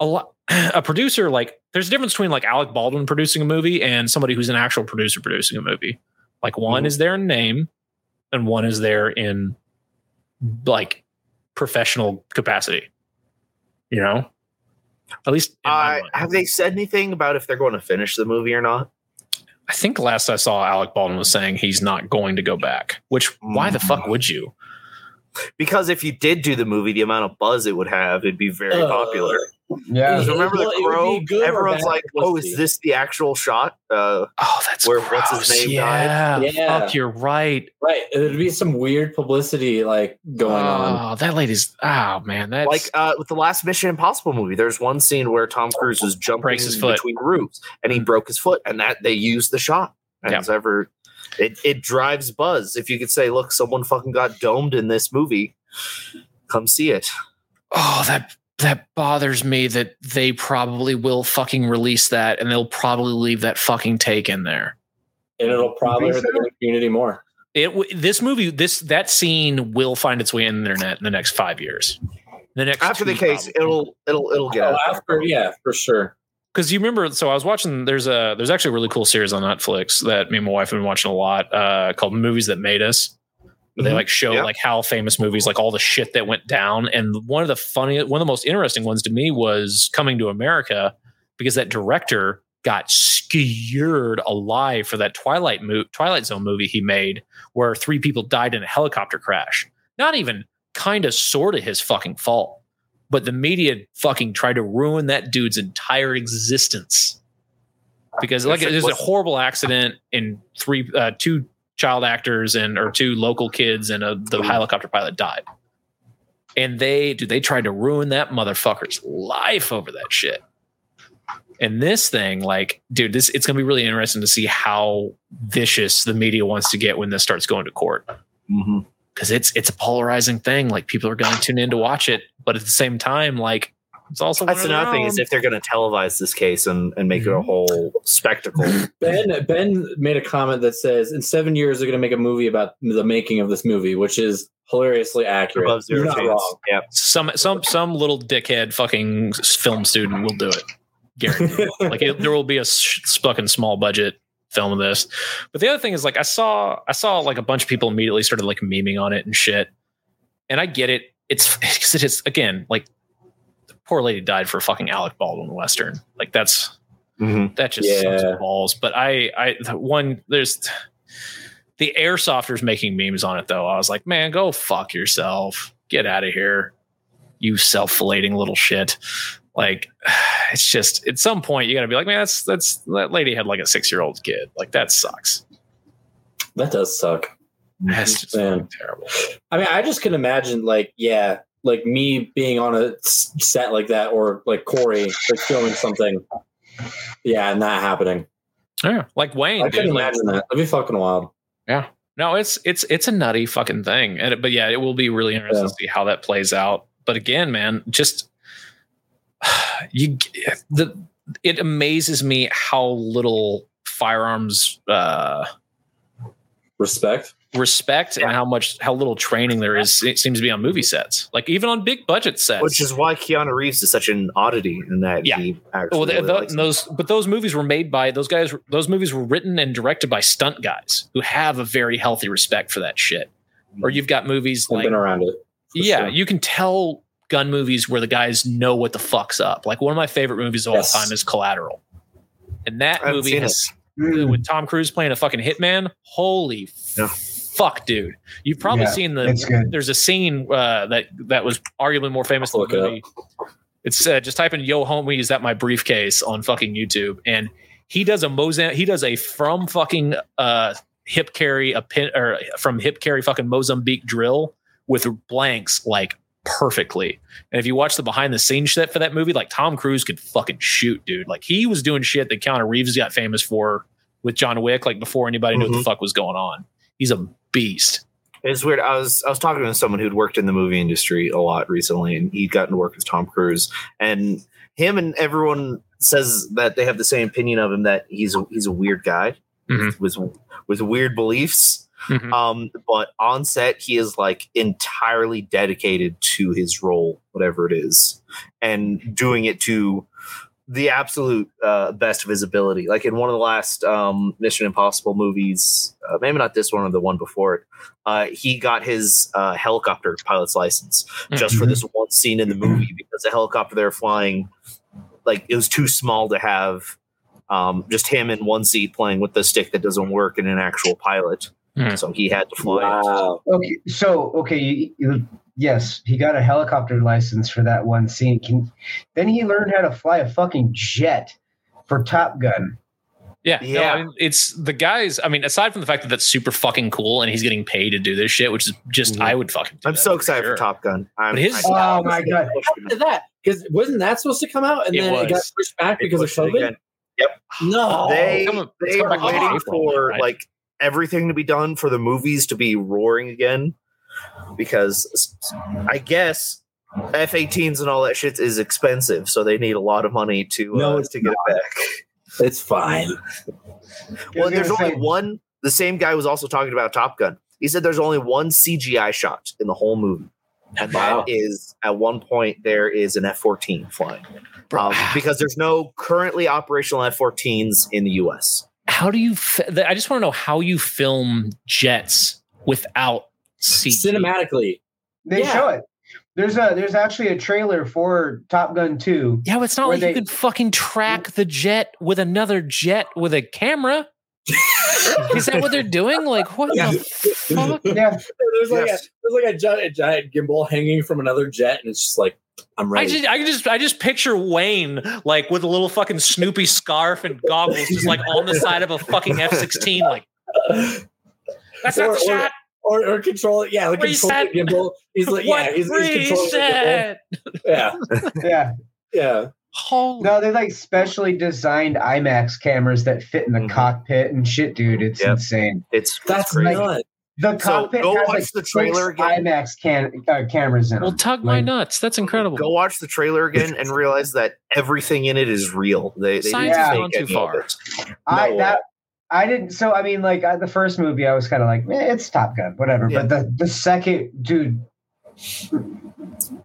Speaker 2: a lot a producer like there's a difference between like Alec Baldwin producing a movie and somebody who's an actual producer producing a movie. Like one is there in name, and one is there in like professional capacity. You know, at least in my
Speaker 4: Uh,
Speaker 2: mind.
Speaker 4: have they said anything about if they're going to finish the movie or not?
Speaker 2: I think last I saw Alec Baldwin was saying he's not going to go back. Which why the fuck would you?
Speaker 4: Because if you did do the movie, the amount of buzz it would have, it'd be very
Speaker 3: Uh,
Speaker 4: popular.
Speaker 1: Yeah.
Speaker 4: Because remember
Speaker 3: Well, it
Speaker 4: the
Speaker 3: would
Speaker 4: crow?
Speaker 3: be good or
Speaker 4: Everyone's
Speaker 3: bad
Speaker 4: like, "Oh, is
Speaker 3: publicity.
Speaker 4: this the actual shot?" Uh,
Speaker 2: Oh, that's
Speaker 4: Where-
Speaker 2: gross.
Speaker 4: what's his name
Speaker 2: yeah.
Speaker 3: died? Yeah.
Speaker 2: Fuck, you're right.
Speaker 3: Right. There'd be some weird publicity like going on.
Speaker 2: Oh, that lady's oh man, that's
Speaker 4: like uh, with the last Mission Impossible movie, there's one scene where Tom Cruise was jumping
Speaker 2: Breaks his foot. Mm-hmm.
Speaker 4: between roofs and he broke his foot, and that they used the shot. And
Speaker 2: Yeah.
Speaker 4: it's ever, it it drives buzz. If you could say, "Look, someone fucking got domed in this movie," come see it.
Speaker 2: oh that that bothers me that they probably will fucking release that and they'll probably leave that fucking take in there.
Speaker 3: And it'll probably
Speaker 1: You
Speaker 3: hurt
Speaker 1: think
Speaker 3: the community more.
Speaker 2: It w- this movie this that scene will find its way in the internet in the next five years. The next
Speaker 4: After the
Speaker 2: two,
Speaker 4: case,
Speaker 2: probably.
Speaker 4: it'll it'll it'll get
Speaker 3: Oh,
Speaker 4: out.
Speaker 3: after, yeah, for sure.
Speaker 2: because you remember so i was watching there's a there's actually a really cool series on netflix that me and my wife have been watching a lot uh called movies that made us where they
Speaker 4: Mhm.
Speaker 2: like show
Speaker 4: Yeah.
Speaker 2: like how famous movies like all the shit that went down and one of the funniest one of the most interesting ones to me was coming to america because that director got skewered alive for that twilight mo- twilight zone movie he made where three people died in a helicopter crash not even kind of sort of his fucking fault but the media fucking tried to ruin that dude's entire existence because like it was a horrible accident and three uh, two child actors and or two local kids and a, the helicopter pilot died and they dude they tried to ruin that motherfucker's life over that shit and this thing like dude this it's going to be really interesting to see how vicious the media wants to get when this starts going to court
Speaker 4: Mhm.
Speaker 2: because it's it's a polarizing thing. Like people are going to tune in to watch it, but at the same time, like it's also
Speaker 4: That's
Speaker 2: one of
Speaker 4: another
Speaker 2: their
Speaker 4: thing is
Speaker 2: own.
Speaker 4: if they're going to televise this case and and make it a whole spectacle.
Speaker 3: Ben Ben made a comment that says in seven years they're going to make a movie about the making of this movie, which is hilariously accurate.
Speaker 4: Above
Speaker 3: You're
Speaker 4: zero
Speaker 3: not
Speaker 4: chance.
Speaker 3: wrong.
Speaker 4: Yeah.
Speaker 2: some some some little dickhead fucking s- film student will do it. Guaranteed. like it, there will be a s- fucking small budget film of this. But the other thing is like I saw I saw like a bunch of people immediately started like memeing on it and shit. And I get it. It's because it is again like the poor lady died for a fucking Alec Baldwin western. Like that's
Speaker 4: Mhm.
Speaker 2: that just sucks
Speaker 3: Yeah.
Speaker 2: balls. But I, I the one there's the airsofters making memes on it though. I was like, man, go fuck yourself. Get out of here, you self-filleting little shit. Like, it's just at some point you gotta be like, man, that's that's that lady had like a six-year-old kid. Like that sucks.
Speaker 3: That does suck.
Speaker 2: That's just
Speaker 3: Yeah.
Speaker 2: fucking terrible.
Speaker 3: I mean, I just can imagine, like, yeah, like me being on a s- set like that, or like Corey like filming something. Yeah, not happening.
Speaker 2: Yeah, like Wayne.
Speaker 3: I
Speaker 2: dude,
Speaker 3: couldn't
Speaker 2: like-
Speaker 3: imagine that. That'd be fucking wild.
Speaker 2: No, it's it's it's a nutty fucking thing. And it- but yeah, it will be really interesting to see how that plays out. But again, man, just you the it amazes me how little firearms uh
Speaker 3: Respect.
Speaker 2: respect and how much how little training there is it seems to be on movie sets. Like even on big budget sets.
Speaker 4: Which is why Keanu Reeves is such an oddity in that
Speaker 2: Yeah.
Speaker 4: he actually
Speaker 2: well, th-
Speaker 4: really
Speaker 2: th-
Speaker 4: likes
Speaker 2: those but those movies were made by those guys. Those movies were written and directed by stunt guys who have a very healthy respect for that shit. Or you've got movies
Speaker 3: I've
Speaker 2: like
Speaker 3: been around it. for
Speaker 2: yeah,
Speaker 3: sure.
Speaker 2: you can tell gun movies where the guys know what the fuck's up. Like one of my favorite movies of
Speaker 3: Yes.
Speaker 2: all time is Collateral, and that
Speaker 4: I haven't
Speaker 2: movie
Speaker 4: seen
Speaker 2: has,
Speaker 1: Mm.
Speaker 2: with Tom Cruise playing a fucking hitman. Holy
Speaker 4: Yeah.
Speaker 2: fuck, dude! You've probably
Speaker 1: Yeah,
Speaker 2: seen
Speaker 1: It's
Speaker 2: the.
Speaker 1: good.
Speaker 2: There's a scene uh, that that was arguably more famous
Speaker 3: I'll
Speaker 2: than the
Speaker 3: look it
Speaker 2: movie. It's uh, just type in "Yo homie, is that my briefcase?" on fucking YouTube, and he does a Mozambique. He does a from fucking uh, hip carry a pin or from hip carry fucking Mozambique drill with blanks like perfectly. And if you watch the behind the scenes shit for that movie, like Tom Cruise could fucking shoot, dude. Like he was doing shit that Keanu Reeves got famous for with John Wick, like before anybody knew
Speaker 3: Mm-hmm.
Speaker 2: what the fuck was going on. He's a beast.
Speaker 4: It's weird. I was I was talking to someone who'd worked in the movie industry a lot recently, and he'd gotten to work with Tom Cruise, and him and everyone says that they have the same opinion of him that he's a, he's a weird guy
Speaker 2: Mhm.
Speaker 4: with with weird beliefs.
Speaker 2: Mhm.
Speaker 4: Um, but on set, he is like entirely dedicated to his role, whatever it is, and doing it to the absolute uh, best of his ability. Like in one of the last um, Mission Impossible movies, uh, maybe not this one or the one before it, uh, he got his uh, helicopter pilot's license just for this one scene in the movie because the helicopter they're flying, like it was too small to have Um, just him in one seat playing with the stick that doesn't work in an actual pilot.
Speaker 2: Hmm.
Speaker 4: So he had to fly.
Speaker 3: Wow.
Speaker 1: Okay, so okay, you, you- yes, he got a helicopter license for that one scene. Can, then he learned how to fly a fucking jet for Top Gun.
Speaker 2: Yeah,
Speaker 4: Yeah.
Speaker 2: No, I mean, it's the guys. I mean, aside from the fact that that's super fucking cool, and he's getting paid to do this shit, which is just
Speaker 4: Mhm.
Speaker 2: I would fucking. do
Speaker 4: I'm
Speaker 2: that
Speaker 4: so excited
Speaker 2: sure.
Speaker 4: for Top Gun. I'm,
Speaker 2: But his-
Speaker 1: Oh my God.
Speaker 3: After that, because wasn't that supposed to come out and
Speaker 2: It
Speaker 3: then it got
Speaker 2: was.
Speaker 3: pushed back because of COVID? No.
Speaker 4: they
Speaker 2: Oh, come on,
Speaker 4: they
Speaker 2: come
Speaker 4: were
Speaker 2: on, come
Speaker 4: waiting
Speaker 2: on.
Speaker 4: for
Speaker 2: Right.
Speaker 4: like everything to be done for the movies to be roaring again because s- s- I guess F-18s and all that shit is expensive, so they need a lot of money to
Speaker 3: No,
Speaker 4: uh,
Speaker 3: it's
Speaker 4: to get it back.
Speaker 3: It's fine.
Speaker 4: Well, there's
Speaker 1: gonna
Speaker 4: only
Speaker 1: say-
Speaker 4: one. The same guy was also talking about Top Gun. He said there's only one CGI shot in the whole movie, and
Speaker 3: Wow.
Speaker 4: that is at one point there is an F-14 flying um, because there's no currently operational F-14s in the U.S.
Speaker 2: How do you? Fi- I just want to know how you film jets without CG.
Speaker 3: Cinematically.
Speaker 1: They
Speaker 3: Yeah.
Speaker 1: show it. There's a there's actually a trailer for Top Gun 2.
Speaker 2: Yeah, but it's not
Speaker 1: Where
Speaker 2: like you
Speaker 1: they-
Speaker 2: could fucking track the jet with another jet with a camera. Is that what they're doing? Like what
Speaker 3: Yeah.
Speaker 2: the fuck?
Speaker 1: Yeah,
Speaker 3: There's like
Speaker 4: Yes.
Speaker 3: a there's like a giant, giant gimbal hanging from another jet, and it's just like I'm
Speaker 2: I
Speaker 3: ready.
Speaker 2: just, I just, I just picture Wayne like with a little fucking Snoopy scarf and goggles, just like on the side of a fucking F sixteen. Like that's not
Speaker 3: Or-
Speaker 2: the
Speaker 3: or-
Speaker 2: shot.
Speaker 3: or, or control it. Yeah, like control the
Speaker 2: Reset.
Speaker 3: gimbal. He's like, yeah,
Speaker 2: What
Speaker 3: he's, he's controlling the gimbal.
Speaker 2: reset?
Speaker 3: Yeah,
Speaker 1: yeah.
Speaker 3: yeah.
Speaker 2: Holy
Speaker 1: No, they're like specially designed IMAX cameras that fit in the
Speaker 4: Mhm.
Speaker 1: cockpit and shit, dude. It's
Speaker 4: Yep.
Speaker 1: insane.
Speaker 4: It's
Speaker 3: That's
Speaker 4: it's crazy.
Speaker 3: nuts.
Speaker 1: The
Speaker 4: So
Speaker 1: cockpit
Speaker 4: go
Speaker 1: has
Speaker 4: watch
Speaker 1: like
Speaker 4: the
Speaker 1: six
Speaker 4: trailer again.
Speaker 1: IMAX can, uh, cameras in
Speaker 2: Well,
Speaker 1: them.
Speaker 2: tug my
Speaker 1: Like-
Speaker 2: nuts. That's incredible.
Speaker 4: Go watch the trailer again and realize that everything in it is real. They, they
Speaker 2: Science
Speaker 4: didn't
Speaker 1: has
Speaker 4: fake
Speaker 2: gone too
Speaker 4: any of
Speaker 2: far.
Speaker 4: it.
Speaker 1: I
Speaker 4: No.
Speaker 1: that I didn't. So I mean, like I, the first movie, I was kind of like, eh, it's Top Gun, whatever.
Speaker 4: Yeah.
Speaker 1: But the the second, dude,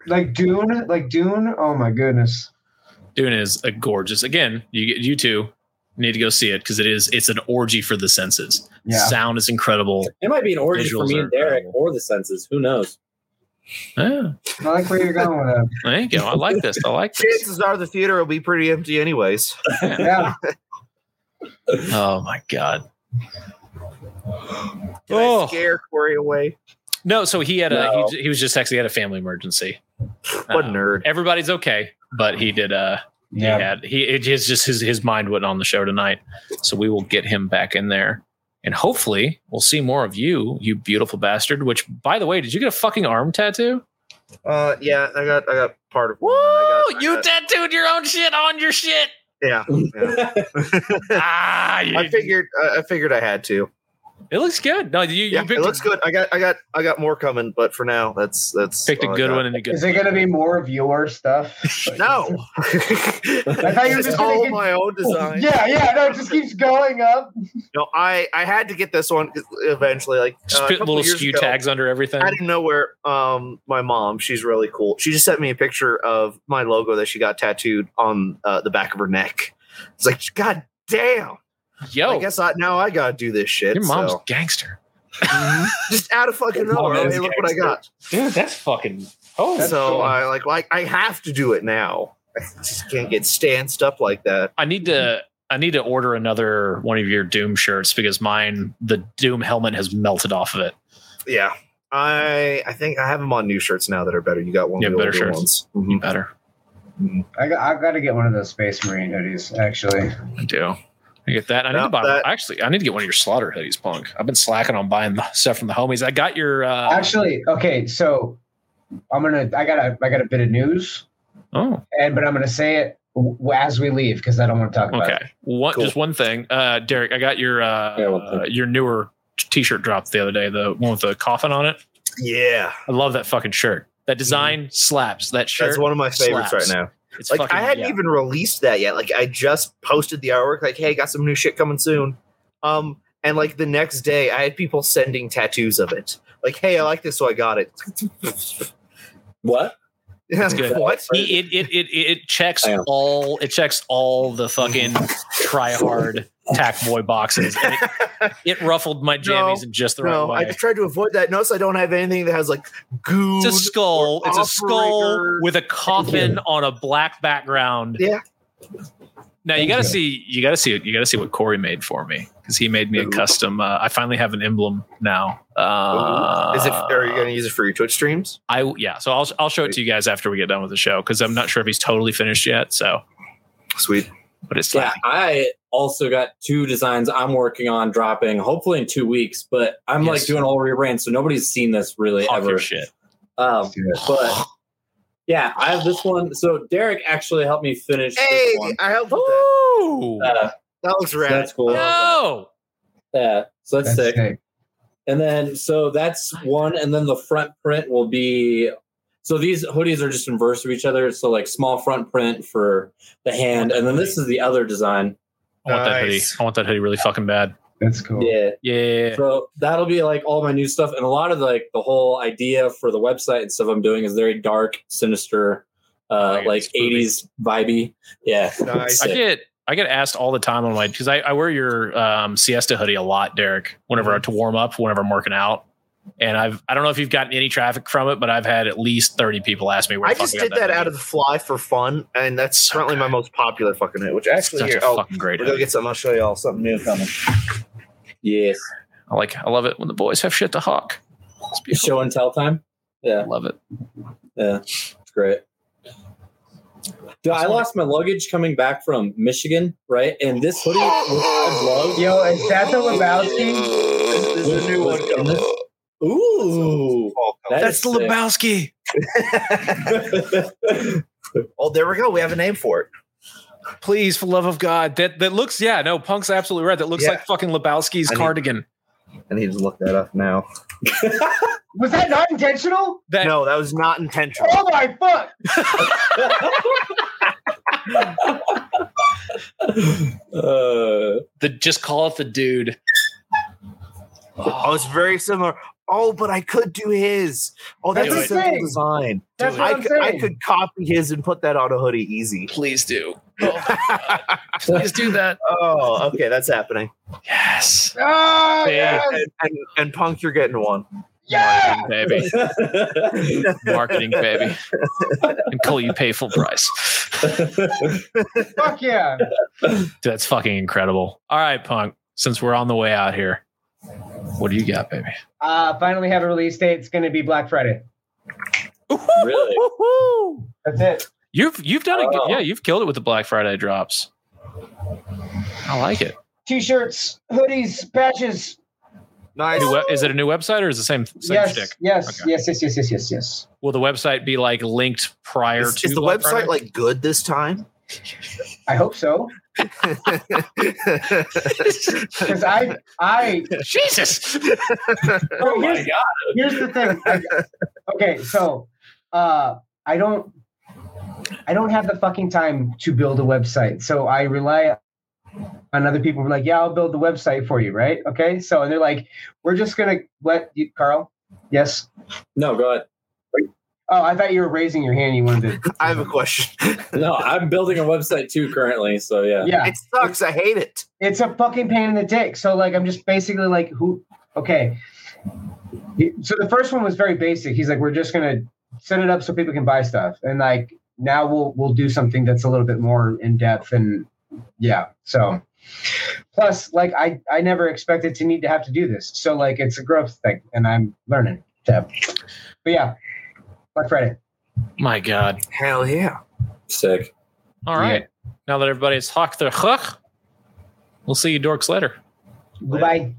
Speaker 1: like Dune, like Dune. Oh my goodness.
Speaker 2: Dune is a gorgeous. Again, you you two need to go see it because it is it's an orgy for the senses.
Speaker 1: Yeah.
Speaker 2: Sound is incredible.
Speaker 3: It might be an orgy for
Speaker 2: Visuals
Speaker 3: me
Speaker 2: are
Speaker 3: and Derek,
Speaker 2: incredible.
Speaker 3: or the senses. Who knows?
Speaker 2: Yeah,
Speaker 1: I like where you're going with it.
Speaker 2: thank you. I like this. I like this.
Speaker 4: Chances are the theater will be pretty empty, anyways.
Speaker 1: Yeah.
Speaker 2: Oh my god.
Speaker 4: Did
Speaker 2: Oh.
Speaker 4: I scare Corey away?
Speaker 2: No, so he had a
Speaker 3: No.
Speaker 2: he, he was just actually had a family emergency.
Speaker 4: What
Speaker 2: Uh,
Speaker 4: a nerd.
Speaker 2: Everybody's okay, but he did uh
Speaker 1: Yeah.
Speaker 2: he had he it is just his his mind went on the show tonight. So we will get him back in there. And hopefully we'll see more of you, you beautiful bastard. Which by the way, did you get a fucking arm tattoo?
Speaker 4: Uh, yeah, I got I got part of one. I
Speaker 2: Woo!
Speaker 4: got- I
Speaker 2: You
Speaker 4: got-
Speaker 2: tattooed your own shit on your shit.
Speaker 4: yeah. yeah.
Speaker 2: ah, you-
Speaker 4: I figured I I figured I had to.
Speaker 2: it looks good. No, you,
Speaker 4: Yeah,
Speaker 2: you
Speaker 4: it
Speaker 2: picked,
Speaker 4: looks good. I got I got I got more coming, but for now, that's that's
Speaker 2: picked a
Speaker 4: all I
Speaker 2: good
Speaker 4: got.
Speaker 2: one and a good.
Speaker 1: Is it gonna be more of your stuff?
Speaker 4: No,
Speaker 1: I thought you were
Speaker 4: It's
Speaker 1: just
Speaker 4: all
Speaker 1: gonna get-
Speaker 4: my own design.
Speaker 1: oh, Yeah, yeah, no, it just keeps going up.
Speaker 4: No, I I had to get this one eventually. Like
Speaker 2: Just
Speaker 4: uh, a
Speaker 2: put
Speaker 4: couple
Speaker 2: little
Speaker 4: years
Speaker 2: skew
Speaker 4: ago,
Speaker 2: tags under everything.
Speaker 4: Out of nowhere, um, my mom, she's really cool. She just sent me a picture of my logo that she got tattooed on uh, the back of her neck. It's like, God damn! I
Speaker 2: Yo,
Speaker 4: guess I, now I gotta do this shit.
Speaker 2: Oh. your mom's
Speaker 4: so.
Speaker 2: gangster,
Speaker 4: just out of fucking
Speaker 3: Your mom
Speaker 4: nowhere.
Speaker 3: is
Speaker 4: Hey, look what I got.
Speaker 2: dude. That's fucking. Oh,
Speaker 1: That's
Speaker 4: so
Speaker 1: cool.
Speaker 4: I like like I have to do it now. I just can't get stanced up like that.
Speaker 2: I need to. I need to order another one of your Doom shirts because mine, the Doom helmet has melted off of it.
Speaker 4: Yeah. I I think I have them on new shirts now that are better. You got one
Speaker 2: Yeah,
Speaker 4: of the
Speaker 2: better
Speaker 4: older
Speaker 2: shirts. Mm-hmm.
Speaker 4: ones. Mhm.
Speaker 2: Better,
Speaker 1: I got, I've got to get one of those Space Marine hoodies, actually.
Speaker 2: I do. I get that. I need
Speaker 4: Now
Speaker 2: to buy.
Speaker 4: that-
Speaker 2: actually, I need to get one of your slaughter hoodies, punk. I've been slacking on buying the stuff from the homies. I got your.
Speaker 4: Oh.
Speaker 2: Uh,
Speaker 1: Actually, okay, so I'm gonna, I got a, I got a bit of news,
Speaker 2: oh,
Speaker 1: and but I'm gonna say it w- as we leave because I don't want to talk about it.
Speaker 2: Okay. One,
Speaker 4: Cool.
Speaker 2: just one thing, uh, Derek. I got your uh,
Speaker 3: Yeah, one thing.
Speaker 2: uh, your newer T-shirt drop the other day. The one with the coffin on it.
Speaker 4: Yeah.
Speaker 2: I love that fucking shirt. That design slaps. That shirt.
Speaker 4: Mm-hmm. That's one of my favorites
Speaker 2: slaps.
Speaker 4: right now.
Speaker 2: It's
Speaker 4: Like
Speaker 2: fucking,
Speaker 4: I hadn't
Speaker 2: yeah.
Speaker 4: even released that yet. Like I just posted the artwork. Like, hey, got some new shit coming soon. Um, and like the next day, I had people sending tattoos of it. Like, hey, I like this, so I got it.
Speaker 3: What?
Speaker 4: That's
Speaker 2: good.
Speaker 4: What?
Speaker 2: He- It it it it, it checks
Speaker 3: Damn.
Speaker 2: all. It checks all the fucking try hard tack boy boxes. And It, it ruffled my jammies in just the
Speaker 4: no,
Speaker 2: right
Speaker 4: I
Speaker 2: way.
Speaker 4: tried to avoid that. Notice I don't have anything that has like goo.
Speaker 2: It's a skull. It's a skull
Speaker 4: operator.
Speaker 2: with a coffin on a black background.
Speaker 4: Yeah.
Speaker 2: Now you
Speaker 1: Thank
Speaker 2: got to
Speaker 1: you.
Speaker 2: see, you got to see, you got to see what Corey made for me because he made me a custom. Uh, I finally have an emblem now. Uh,
Speaker 4: Is it? Are you going to use it for your Twitch streams?
Speaker 2: I yeah. So I'll I'll show it to you guys after we get done with the show because I'm not sure if he's totally finished yet. So,
Speaker 4: Sweet.
Speaker 2: but it's
Speaker 3: Yeah,
Speaker 2: like
Speaker 3: I also got two designs I'm working on dropping, hopefully in two weeks. But I'm
Speaker 2: Yes.
Speaker 3: like doing all rebrand, so nobody's seen this really
Speaker 2: fuck your
Speaker 3: ever.
Speaker 2: shit.
Speaker 3: Um, but yeah, I have this one. So Derek actually helped me finish
Speaker 4: Hey,
Speaker 3: this one.
Speaker 4: I helped with that.
Speaker 2: Ooh,
Speaker 3: Uh,
Speaker 4: That Uh, was rad.
Speaker 3: that's cool.
Speaker 2: no.
Speaker 3: Yeah, so
Speaker 1: That's
Speaker 3: that's, sick.
Speaker 1: sick.
Speaker 3: And then so that's one, and then the front print will be. So these hoodies are just inverse of each other. So like small front print for the hand, and then this is the other design.
Speaker 2: I want that hoodie.
Speaker 4: Nice.
Speaker 2: I want that hoodie really fucking bad.
Speaker 1: That's cool.
Speaker 3: Yeah.
Speaker 2: Yeah.
Speaker 3: So that'll be like all my new stuff, and a lot of like the whole idea for the website and stuff I'm doing is very dark, sinister, uh,
Speaker 2: Like
Speaker 3: like
Speaker 2: it's spooky.
Speaker 3: '80s vibey. Yeah,
Speaker 4: Nice.
Speaker 2: I
Speaker 3: Sick.
Speaker 2: get I get asked all the time on my because I, I wear your um, siesta hoodie a lot, Derek. Whenever
Speaker 4: Mhm.
Speaker 2: to warm up, whenever I'm working out, and I've I don't know if you've gotten any traffic from it, but I've had at least thirty people ask me where.
Speaker 4: I
Speaker 2: the fuck
Speaker 4: just
Speaker 2: got
Speaker 4: did that
Speaker 2: hoodie.
Speaker 4: out of the fly for fun, and that's
Speaker 2: So
Speaker 4: currently my most popular fucking hit. Which actually,
Speaker 2: Such
Speaker 4: here,
Speaker 2: a
Speaker 4: oh,
Speaker 2: fucking great.
Speaker 4: we're gonna
Speaker 2: hoodie.
Speaker 4: get something. I'll show you all something new coming.
Speaker 3: yes.
Speaker 2: I like I love it when the boys have shit to hawk. It's beautiful.
Speaker 3: Show and tell time.
Speaker 2: I
Speaker 3: Yeah,
Speaker 2: love it.
Speaker 3: yeah, it's great. Dude, I lost my luggage coming back from Michigan, right? And this hoodie with the gloves
Speaker 1: Yo, is that the Lebowski?
Speaker 3: was- was in this- Ooh, that
Speaker 4: That's-
Speaker 3: is sick.
Speaker 2: Lebowski.
Speaker 4: oh, there we go. We have a name for it.
Speaker 2: Please, for love of God, that that looks yeah no punk's absolutely right. That looks
Speaker 4: Yeah.
Speaker 2: like fucking Lebowski's
Speaker 4: I need-
Speaker 2: cardigan.
Speaker 4: I need to look that up now.
Speaker 1: Was that not intentional?
Speaker 2: that
Speaker 4: No, that was not intentional.
Speaker 1: Oh my fuck!
Speaker 3: Uh,
Speaker 2: the just call it the dude.
Speaker 4: Oh, it's very similar. Oh, but I could do his. Oh, that's
Speaker 2: Do
Speaker 4: a
Speaker 2: it.
Speaker 4: simple
Speaker 1: Thing.
Speaker 4: design.
Speaker 1: That's what
Speaker 4: I
Speaker 1: I'm
Speaker 4: could, I
Speaker 1: saying.
Speaker 4: could copy his and put that on a hoodie easy.
Speaker 2: Please do. Oh Please do that.
Speaker 4: oh, okay, that's happening.
Speaker 2: Yes.
Speaker 1: Oh, yes!
Speaker 4: And, and, and Punk, you're getting one.
Speaker 1: Yeah!
Speaker 2: Marketing, baby. Marketing, baby. Until you pay full price.
Speaker 1: Fuck yeah!
Speaker 2: That's fucking incredible. All right, Punk. Since we're on the way out here, what do you got, baby?
Speaker 1: Uh, finally have a release date. It's going to be Black Friday.
Speaker 3: Really?
Speaker 1: That's it.
Speaker 2: You've you've done it.
Speaker 3: Wow.
Speaker 2: Yeah, you've killed it with the Black Friday drops. I like it.
Speaker 1: T-shirts, hoodies, patches.
Speaker 4: Nice.
Speaker 2: New we- is it a new website or is it the same, same
Speaker 1: yes,
Speaker 2: shtick?
Speaker 1: yes,
Speaker 2: Okay.
Speaker 1: yes, yes, yes, yes, yes, yes.
Speaker 2: Will the website be like linked prior
Speaker 4: Is,
Speaker 2: to
Speaker 4: is the
Speaker 2: Black
Speaker 4: website
Speaker 2: Friday?
Speaker 4: like good this time?
Speaker 1: I hope so, because I, I.
Speaker 2: Jesus?
Speaker 1: Oh here's, here's the thing. okay, so uh, I don't, I don't have the fucking time to build a website, so I rely on other people. We're like, yeah, I'll build the website for you, right? Okay, so and they're like, we're just gonna let you, Carl. Yes.
Speaker 3: No, go ahead.
Speaker 1: Oh, I thought you were raising your hand. You wanted to.
Speaker 4: I have a question.
Speaker 3: No, I'm building a website too currently. So yeah.
Speaker 1: Yeah.
Speaker 4: It sucks. I hate it.
Speaker 1: it's a fucking pain in the dick. So like I'm just basically like who okay. So the first one was very basic. He's like, we're just gonna set it up so people can buy stuff. And like now we'll we'll do something that's a little bit more in depth and yeah. So plus like I I never expected to need to have to do this. So like it's a growth thing and I'm learning. So but yeah. Black Friday.
Speaker 2: My God.
Speaker 4: Hell yeah.
Speaker 3: Sick.
Speaker 2: All right. Now that everybody's hawked their hook, we'll see you dorks later.
Speaker 1: Goodbye.